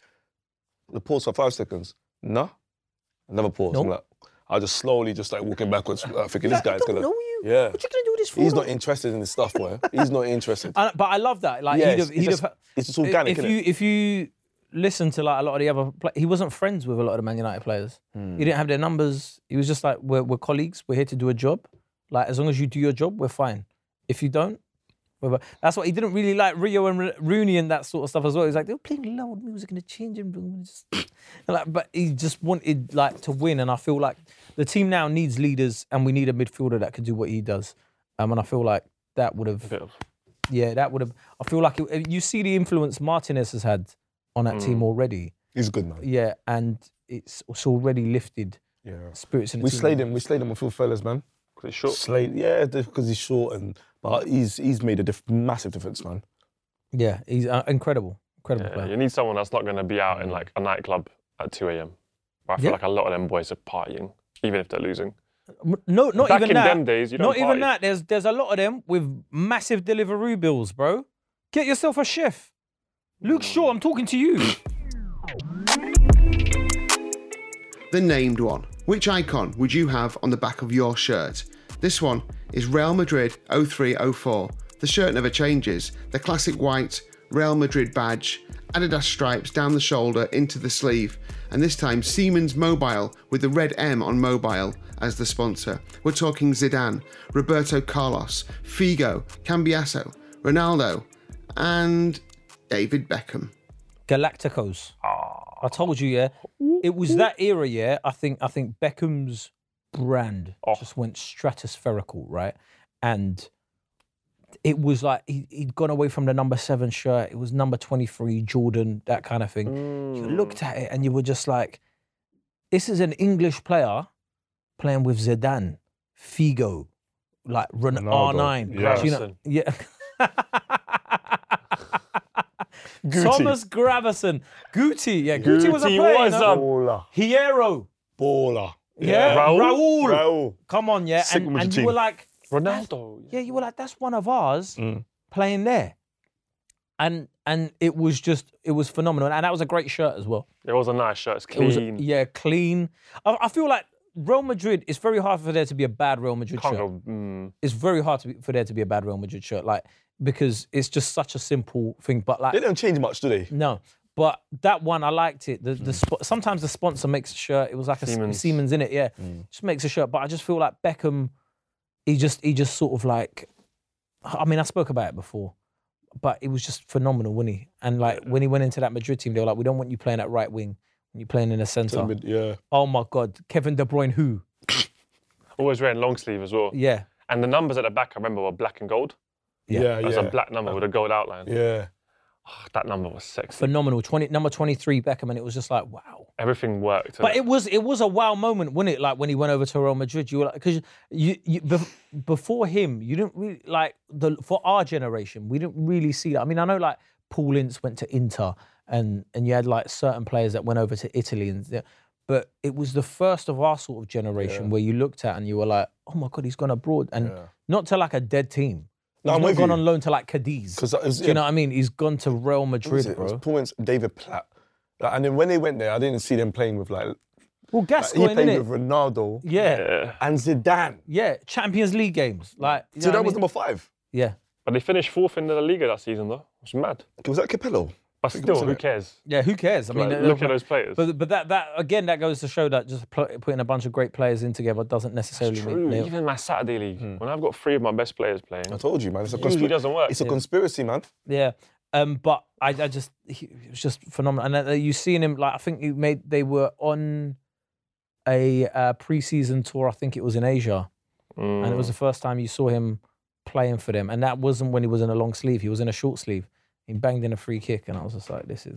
B: The pause for five seconds. No, another pause. I'm
A: No.
B: like, I just slowly just like walking backwards, like, thinking this
A: Like, I
B: guy's
A: don't
B: gonna.
A: know you.
B: Yeah,
A: What you gonna do with this for?
B: he's not interested in this stuff, boy. He's not interested.
A: And- but I love that. Like
B: yeah,
A: he'd
B: it's,
A: have,
B: it's
A: he'd
B: just,
A: have,
B: it's just
A: I-
B: organic.
A: If
B: innit?
A: you if you listen to like a lot of the other, pla he wasn't friends with a lot of the Man United players.
B: Hmm.
A: He didn't have their numbers. He was just like, we're, we're colleagues. We're here to do a job. Like as long as you do your job, we're fine. If you don't, we're bu-" that's what he didn't really like Rio and Ro- Rooney and that sort of stuff as well. He's like they were playing loud music in the changing room, and just and, like, but he just wanted like to win. And I feel like the team now needs leaders, and we need a midfielder that could do what he does. Um, and I feel like that would have
C: Bit of-
A: yeah, that would have. I feel like it, uh, you see the influence Martinez has had on that
C: Mm.
A: team already.
B: he's good man.
A: Yeah, and it's, it's already lifted
B: Yeah.
A: spirits in the
B: We
A: team.
B: slayed him. We slayed him with Phil Fellas, man.
C: 'Cause it's short.
B: Slayed, yeah, because he's short and but he's he's made a diff- massive difference, man.
A: Yeah, he's uh, incredible, incredible
C: Yeah,
A: player.
C: you need someone that's not going to be out in like a nightclub at 2 a.m. But I feel
A: Yeah.
C: like a lot of them boys are partying, even if they're losing.
A: M- No, not
C: Back
A: even
C: in
A: that.
C: them days, you don't
A: not even
C: party.
A: that. There's there's a lot of them with massive delivery bills, bro. Get yourself a chef. Luke Shaw,
C: Mm.
A: I'm talking to you.
E: the named one. Which icon would you have on the back of your shirt? This one is Real Madrid 0304. The shirt never changes. The classic white Real Madrid badge, Adidas stripes down the shoulder into the sleeve, and this time Siemens Mobile with the red M on mobile as the sponsor. We're talking Zidane, Roberto Carlos, Figo, Cambiasso, Ronaldo, and David Beckham.
A: Galacticos. I told you, yeah. It was that era, yeah. I think I think Beckham's brand just went stratospherical, right? And it was like he, he'd gone away from the number seven shirt. It was number twenty three Jordan, that kind of thing. You looked at it and you were just like, "This is an English player playing with Zidane, Figo, like Ren-
B: Ronaldo.
A: R nine,
B: Yeah.
A: Do you know- yeah."
B: Guti.
A: Thomas Gravison. Guti. Yeah, Guti, was a
C: Guti
A: player. you
C: was um,
A: know?
B: Baller,
A: Hiero.
B: baller.
A: Yeah.
C: Raul.
A: Raul.
B: Raul.
A: Come on, yeah.
B: Sick
A: And,
B: with the
A: and you
B: team.
A: were like,
C: Ronaldo.
A: yeah, you were like, that's one of ours
B: Mm.
A: playing there. And and it was just, it was phenomenal. And that was a great shirt as well.
C: It was a nice shirt. It's
A: It was, e-
C: clean.
A: yeah, clean. I, I feel like Real Madrid, it's very hard for there to be a bad Real Madrid
C: Can't
A: shirt.
C: go. Mm,
A: It's very hard to be, for there to be a bad Real Madrid shirt. Like, because it's just such a simple thing. But like,
B: They don't change much, do they?
A: No, but that one I liked it. The, the spo- sometimes the sponsor makes a shirt. It was like a Siemens,
C: Siemens.
A: Siemens in it, yeah. Just makes a shirt, but I just feel like Beckham. He just he just sort of like, I mean I spoke about it before, but it was just phenomenal, wasn't he? And like when he went into that Madrid team, they were like, we don't want you playing at right wing. You're playing in the centre.
B: Yeah.
A: Oh my God, Kevin De Bruyne, who?
C: always wearing long sleeve as well.
A: Yeah,
C: And the numbers at the back, I remember, were black and gold.
B: Yeah.
C: It was
B: Yeah.
C: a black number with a gold outline.
B: yeah.
C: Ah, that number was sexy.
A: phenomenal. Twenty number twenty three Beckham, and it was just like wow.
C: Everything worked.
A: But it was it was a wow moment, wasn't it? Like when he went over to Real Madrid, you were like, because you, you bef- before him, you didn't really like the for our generation, we didn't really see that. I mean, I know like Paul Ince went to Inter, and and you had like certain players that went over to Italy, and th- but it was the first of our sort of generation where you looked at and you were like, oh my god, he's gone abroad, and not to like a dead team.
B: No,
A: he's
B: I'm
A: not
B: with
A: gone
B: you.
A: on loan to like Cadiz.
B: 'Cause that is-
A: Do you
B: yeah.
A: know what I mean? He's gone to Real
B: Who is
A: Madrid,
B: it? It was
A: bro.
B: Paul Ince, David Platt. Like, and then when they went there, I didn't see them playing with like
A: Well,
B: he
A: Gascoigne,
B: played
A: innit?
B: with Ronaldo
A: Yeah,
B: and Zidane.
A: yeah. Champions League games. Like, you know
B: Zidane
A: what I
B: was
A: mean?
B: number five.
A: Yeah,
C: But they finished fourth in the La Liga that season, though. It's mad.
B: Was that Capello?
C: But still,
B: wasn't
C: who
B: it?
C: cares?
A: yeah. Who cares? I mean,
C: Like,
A: uh,
C: look at those players.
A: But but that that again that goes to show that just pl- putting a bunch of great players in together doesn't necessarily mean
C: True. Even my Saturday league,
A: Hmm.
C: when I've got three of my best players playing,
B: I told you, man. It's a
C: usually
B: conspiracy.
C: doesn't work.
B: It's a conspiracy, man.
A: yeah. Um, but I, I just he, it was just phenomenal, and uh, you seen him like I think you made they were on a uh, preseason tour. I think it was in Asia,
C: Mm.
A: and it was the first time you saw him playing for them, and that wasn't when he was in a long sleeve. He was in a short sleeve. He banged in a free kick, and I was just like, this is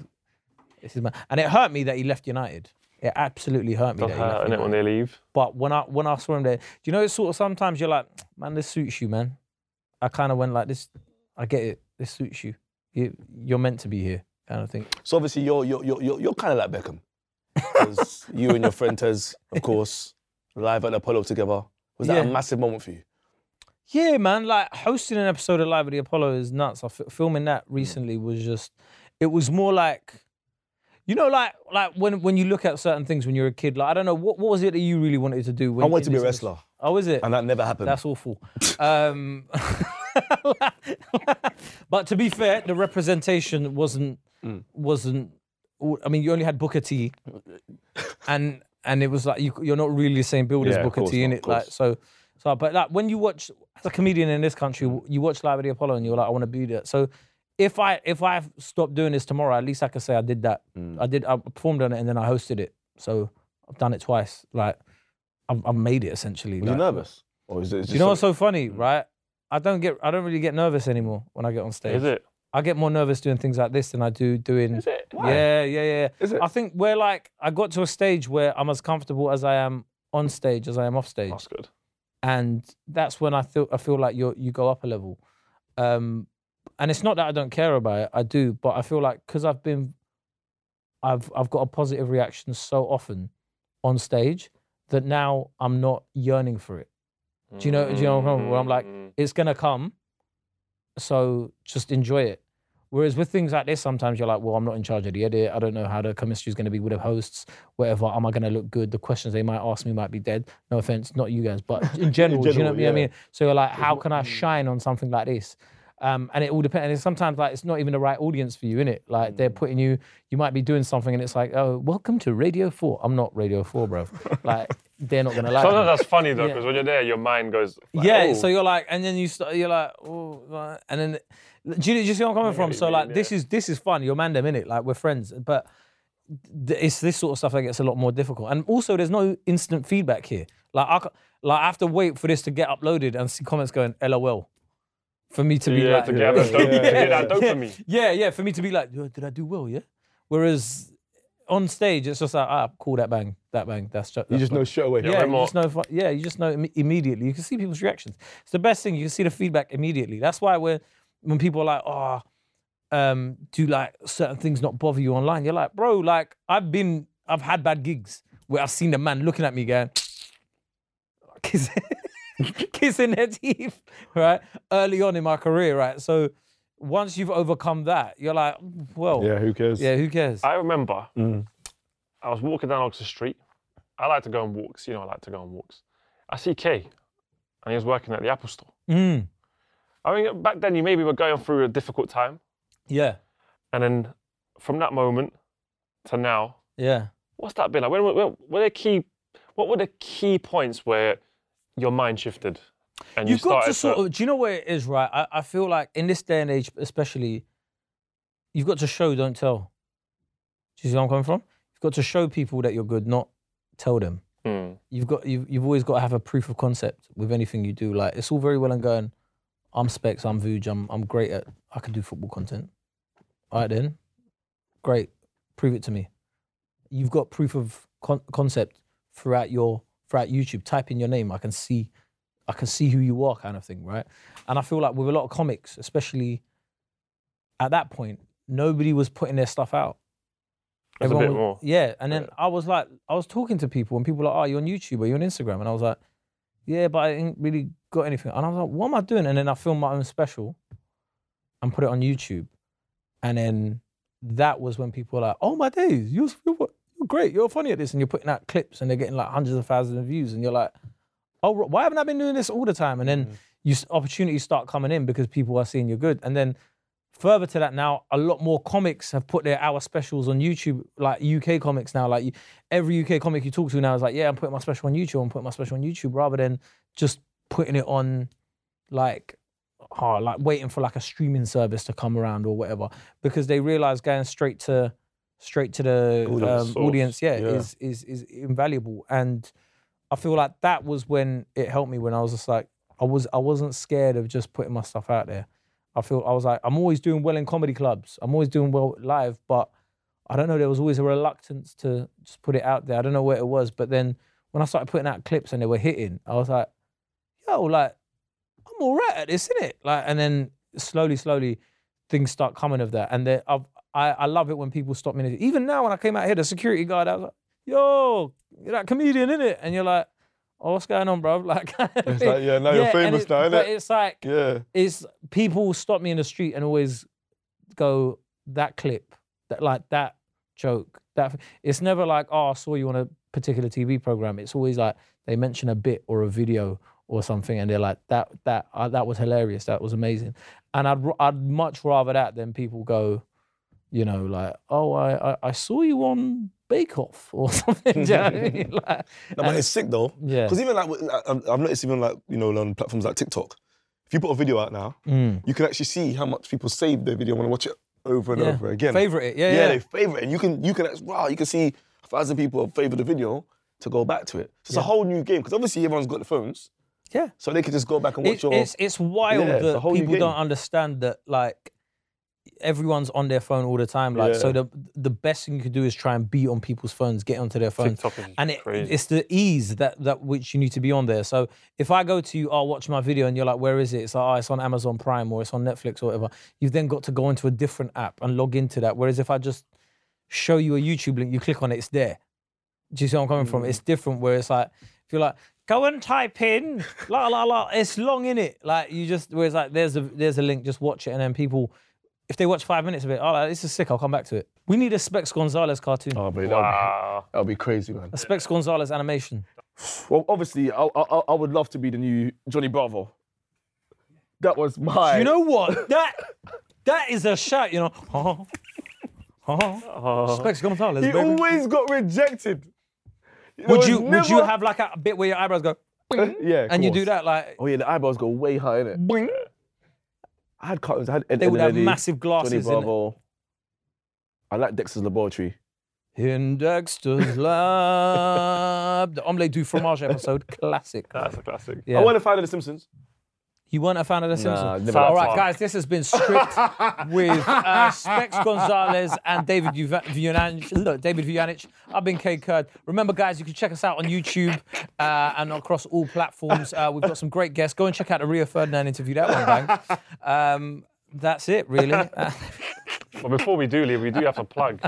A: this is my, and it hurt me that he left United. It absolutely hurt me
C: Does
A: that he left
C: hurt, innit,
A: United.
C: when they leave.
A: But when I when I saw him there, do you know it's sort of sometimes you're like, man, this suits you, man. I kind of went like this. I get it. This suits you. you you're meant to be here, kind of thing.
B: So obviously you're you're you're you're, you're kind of like Beckham, 'Cause you and your friend Tez, of course, live at the Apollo together. Was that
A: Yeah.
B: a massive moment for you?
A: Yeah, man. Like hosting an episode of Live at the Apollo is nuts. I f- filming that
B: Mm.
A: recently was just. It was more like, you know, like like when when you look at certain things when you're a kid. Like I don't know what what was it that you really wanted to do. When,
B: I wanted to
A: in
B: be a
A: this-
B: wrestler,
A: Oh, is it?
B: and that never happened.
A: That's awful. um, but to be fair, the representation wasn't
B: Mm.
A: wasn't. I mean, you only had Booker T, and and it was like you, you're not really the same build
B: Yeah,
A: as
B: of
A: Booker
B: course
A: T,
B: not,
A: in
B: of
A: it like so. So, but like when you watch as a comedian in this country, you watch Live at the Apollo, and you're like, I want to be there. So. If I if I stop doing this tomorrow, at least I can say I did that.
B: Mm.
A: I did I performed on it and then I hosted it. So I've done it twice. Like I've, I've made it essentially.
B: Were you
A: like-
B: nervous, or is it just
A: do you know what's
B: something-
A: so funny, right? I don't get, I don't really get nervous anymore when I get on stage.
C: mm. Is it?
A: I get more nervous doing things like this than I do doing.
C: Is it?
A: Yeah, yeah, yeah.
B: Is it?
A: I think where like I got to a stage where I'm as comfortable as I am on stage as I am off stage,
C: That's good.
A: and that's when I feel I feel like you you go up a level. Um, and it's not that I don't care about it, I do, but I feel like because I've been, I've I've got a positive reaction so often on stage that now I'm not yearning for it. Do you know? Do you know? what I'm- Where I'm like,
C: Mm-hmm.
A: it's gonna come, so just enjoy it. Whereas with things like this, sometimes you're like, well, I'm not in charge of the edit. I don't know how the chemistry is gonna be with the hosts. Whatever, am I gonna look good? The questions they might ask me might be dead. No offense, not you guys, but in general, do you know
B: general,
A: what I mean? So you're like, how can I shine on something like this? Um, and it all depends. And sometimes like it's not even the right audience for you, innit? Like they're putting you, you might be doing something, and it's like, oh, welcome to Radio Four. I'm not Radio Four, bro. like they're not gonna like. me.
C: Sometimes that's funny though,
A: Yeah.
C: because when you're there, your mind goes. Like,
A: Yeah,
C: oh,
A: so you're like, and then you start, you're like, oh, right," and then, do you, do you see where I'm coming from? So like, this is this is fun. You're man them in it, like we're friends. But th- it's this sort of stuff that gets a lot more difficult. And also, there's no instant feedback here. Like I, ca- like I have to wait for this to get uploaded and see comments going LOL, for me to be
C: yeah,
A: like,
C: to get that dope- to get that dopamine.
A: yeah, yeah, for me to be like, "Oh, did I do well? Yeah. Whereas on stage, it's just like, ah, cool, that bang, that bang, that's just.
B: You just know straight away.
A: Yeah,
C: Way
A: you
C: more-
A: just know. if- Yeah, you just know imme- immediately. You can see people's reactions. It's the best thing. You can see the feedback immediately. That's why when when people are like, oh, um, do like certain things not bother you online? You're like, bro, like I've been, I've had bad gigs where I've seen the man looking at me going, kissing, kissing their teeth, right? Early on in my career, right? So once you've overcome that, you're like, well, yeah, Hmm.
B: who cares?
A: who cares?
C: I remember I was walking down Oxford Street. I like to go on walks. You know, I like to go on walks. I see Kay, and he was working at the Apple Store.
A: Mm,
C: I mean, back then you maybe were going through a difficult time,
A: yeah,
C: and then from that moment to now,
A: yeah.
C: what's that been like? When, when, were the key? What were the key points where your mind shifted and
A: You've got
C: started
A: to sort of. Do you know where it is, right? I, I feel like in this day and age, especially, you've got to show, don't tell. Do you see where I'm coming from? You've got to show people that you're good, not tell them.
C: Mm.
A: You've got you've, you've always got to have a proof of concept with anything you do. Like it's all very well and going. I'm Specs. I'm Vooge. I'm I'm great at. I can do football content. All right then, great. Prove it to me. You've got proof of con- concept throughout your throughout YouTube. Type in your name. I can see I can see who you are, kind of thing, right? And I feel like with a lot of comics, especially at that point, nobody was putting their stuff out.
C: There's a bit
A: was-
C: more.
A: Yeah, and then I was like, I was talking to people, and people were like, "Oh, you're on YouTube, are you on Instagram?" And I was like, "Yeah, but I ain't really got anything." And I was like, "What am I doing?" And then I filmed my own special and put it on YouTube, and then that was when people were like, "Oh my days, you're, you're, you're great, you're funny at this," and you're putting out clips and they're getting like hundreds of thousands of views, and you're like, "Oh, why haven't I been doing this all the time?" And then you s opportunities start coming in because people are seeing you're good, and then further to that now a lot more comics have put their hour specials on youtube like uk comics now like you, every uk comic you talk to now is like yeah i'm putting my special on youtube i'm putting my special on youtube rather than just putting it on like hard like waiting for like a streaming service to come around or whatever because they realize going straight to straight to the
B: Audience
A: um,
B: source,
A: audience yeah,
B: yeah.
A: is is is invaluable and i feel like that was when it helped me when i was just like i was i wasn't scared of just putting my stuff out there I feel I was like, I'm always doing well in comedy clubs. I'm always doing well live, but I don't know. There was always a reluctance to just put it out there. I don't know where it was, but then when I started putting out clips and they were hitting, I was like, yo, like I'm all right at this, innit? Like, and then slowly, slowly, things start coming of that. And then I've, I, I love it when people stop me. Even now, when I came out here, the security guard, I was like, yo, you're that comedian, innit? And you're like, oh, what's going on, bro? Like, it's
B: like, yeah, now you're famous now, innit?
A: It's like
B: Yeah.
A: it's people stop me in the street and always go that clip that like that joke that it's never like oh I saw you on a particular TV program it's always like they mention a bit or a video or something and they're like that that uh, that was hilarious that was amazing and I'd r- I'd much rather that than people go you know like oh I I, I saw you on Bake Off or something do you know what I mean? like,
B: No, but it's sick though.
A: Yeah.
B: Because even like, with- like, I've I've noticed even like, you know, on platforms like TikTok, if you put a video out now,
A: mm.
B: you can actually see how much people save their video and want to watch it over and
A: yeah.
B: over again.
A: favorite it yeah
B: Yeah,
A: yeah,
B: they favorite it. And you can, you can, act- wow, you can see a thousand people have favored the video to go back to it. So it's a whole new game because obviously everyone's got the phones.
A: Yeah.
B: So they can just go back and watch
A: It-
B: your.
A: it's it's wild
B: Yeah, it's a
A: that
B: whole new
A: people
B: game.
A: don't understand that like everyone's on their phone all the time. Like so
B: Yeah.
A: the the best thing you can do is try and be on people's phones, get onto their phones.
C: TikTok is
A: and it,
C: crazy.
A: it's the ease that that which you need to be on there. So if I go to you, oh watch my video and you're like, where is it? It's like, oh, it's on Amazon Prime or it's on Netflix or whatever. You've then got to go into a different app and log into that. Whereas if I just show you a YouTube link, you click on it, it's there. Do you see where I'm coming from? It's different where it's like, if you're like, go and type in, la la la, it's long in it. Like you just where it's like there's a there's a link, just watch it, and then people if they watch five minutes of it, oh like, this is sick, I'll come back to it. We need a Specs Gonzalez cartoon.
B: oh, but that'll,
C: Wow.
B: be, that'll be crazy, man.
A: A Specs Gonzalez animation.
D: Well, obviously, I, I, I would love to be the new Johnny Bravo. That was my.
A: You know what? That that is a shout, you know. Oh, oh, Specs Gonzalez.
D: he
A: baby.
D: always got rejected. There
A: Would
D: was
A: you would you
D: never-
A: have like a bit where your eyebrows go
D: Yeah, of
A: and you do
D: course.
A: that like
D: Oh yeah, the eyebrows go way high in it.
A: boing,
D: I had cartoons. I had Ed,
A: they
D: Ed
A: would
D: and
A: have
D: Eddie,
A: massive
D: Johnny
A: glasses in it.
D: Bravo. I like Dexter's Laboratory.
A: In Dexter's Lab, the omelette du fromage episode, classic.
C: That's a classic.
A: Yeah.
D: I want to find The Simpsons.
A: You weren't a fan of The Simpsons?
D: never
A: All
D: liked
A: right,
C: it.
A: guys, this has been stripped with uh, Specs Gonzalez and David Uva- Vujanic. Look, David Vujanic. I've been K Kurd. Remember, guys, you can check us out on YouTube uh, and across all platforms. Uh, we've got some great guests. Go and check out the Rio Ferdinand interview. That one bang. Um, that's it, really. Uh,
C: But before we do leave, we do have to plug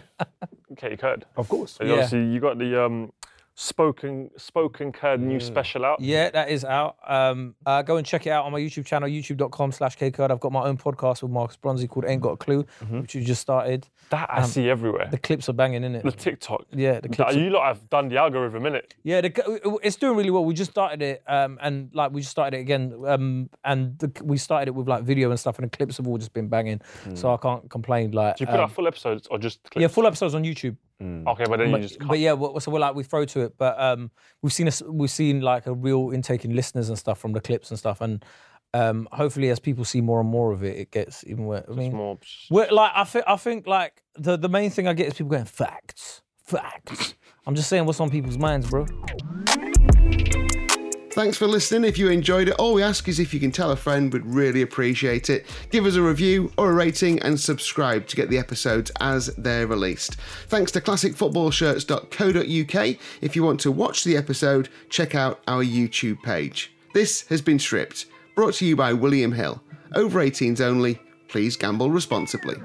C: Katie Curd.
B: Of course.
C: And
A: Yeah.
C: Obviously, you got the um, spoken spoken Kurd new special out.
A: Mm. Yeah, that is out. Um, uh, go and check it out on my YouTube channel, youtube.com slash kcurd. I've got my own podcast with Marcus Bronzy called Ain't Got a Clue, which you just started.
C: That I see everywhere.
A: um, The clips are banging, innit?
C: The TikTok.
A: Yeah, the
C: That-
A: clips.
C: You lot have done the algorithm, innit?
A: Yeah, the, it's doing really well. We just started it, um, and like we just started it again, um, and the, we started it with like video and stuff, and the clips have all just been banging. So I can't complain. Like,
C: Do Mm. you put
A: um,
C: out full episodes or just clips?
A: yeah, full episodes on YouTube.
C: Okay, but then you just cut.
A: But yeah, we're- so we're like we throw to it, but um, we've seen us we've seen like a real intake in listeners and stuff from the clips and stuff, and um, hopefully as people see more and more of it, it gets even worse. I mean,
C: more.
A: we're, like I think I think like the the main thing I get is people going facts, facts. I'm just saying what's on people's minds, bro.
E: Thanks for listening. If you enjoyed it, all we ask is if you can tell a friend, we'd really appreciate it. Give us a review or a rating and subscribe to get the episodes as they're released. Thanks to classicfootballshirts.co.uk if you want to watch the episode, check out our YouTube page. This has been Stripped, brought to you by William Hill. Over 18s only, please gamble responsibly.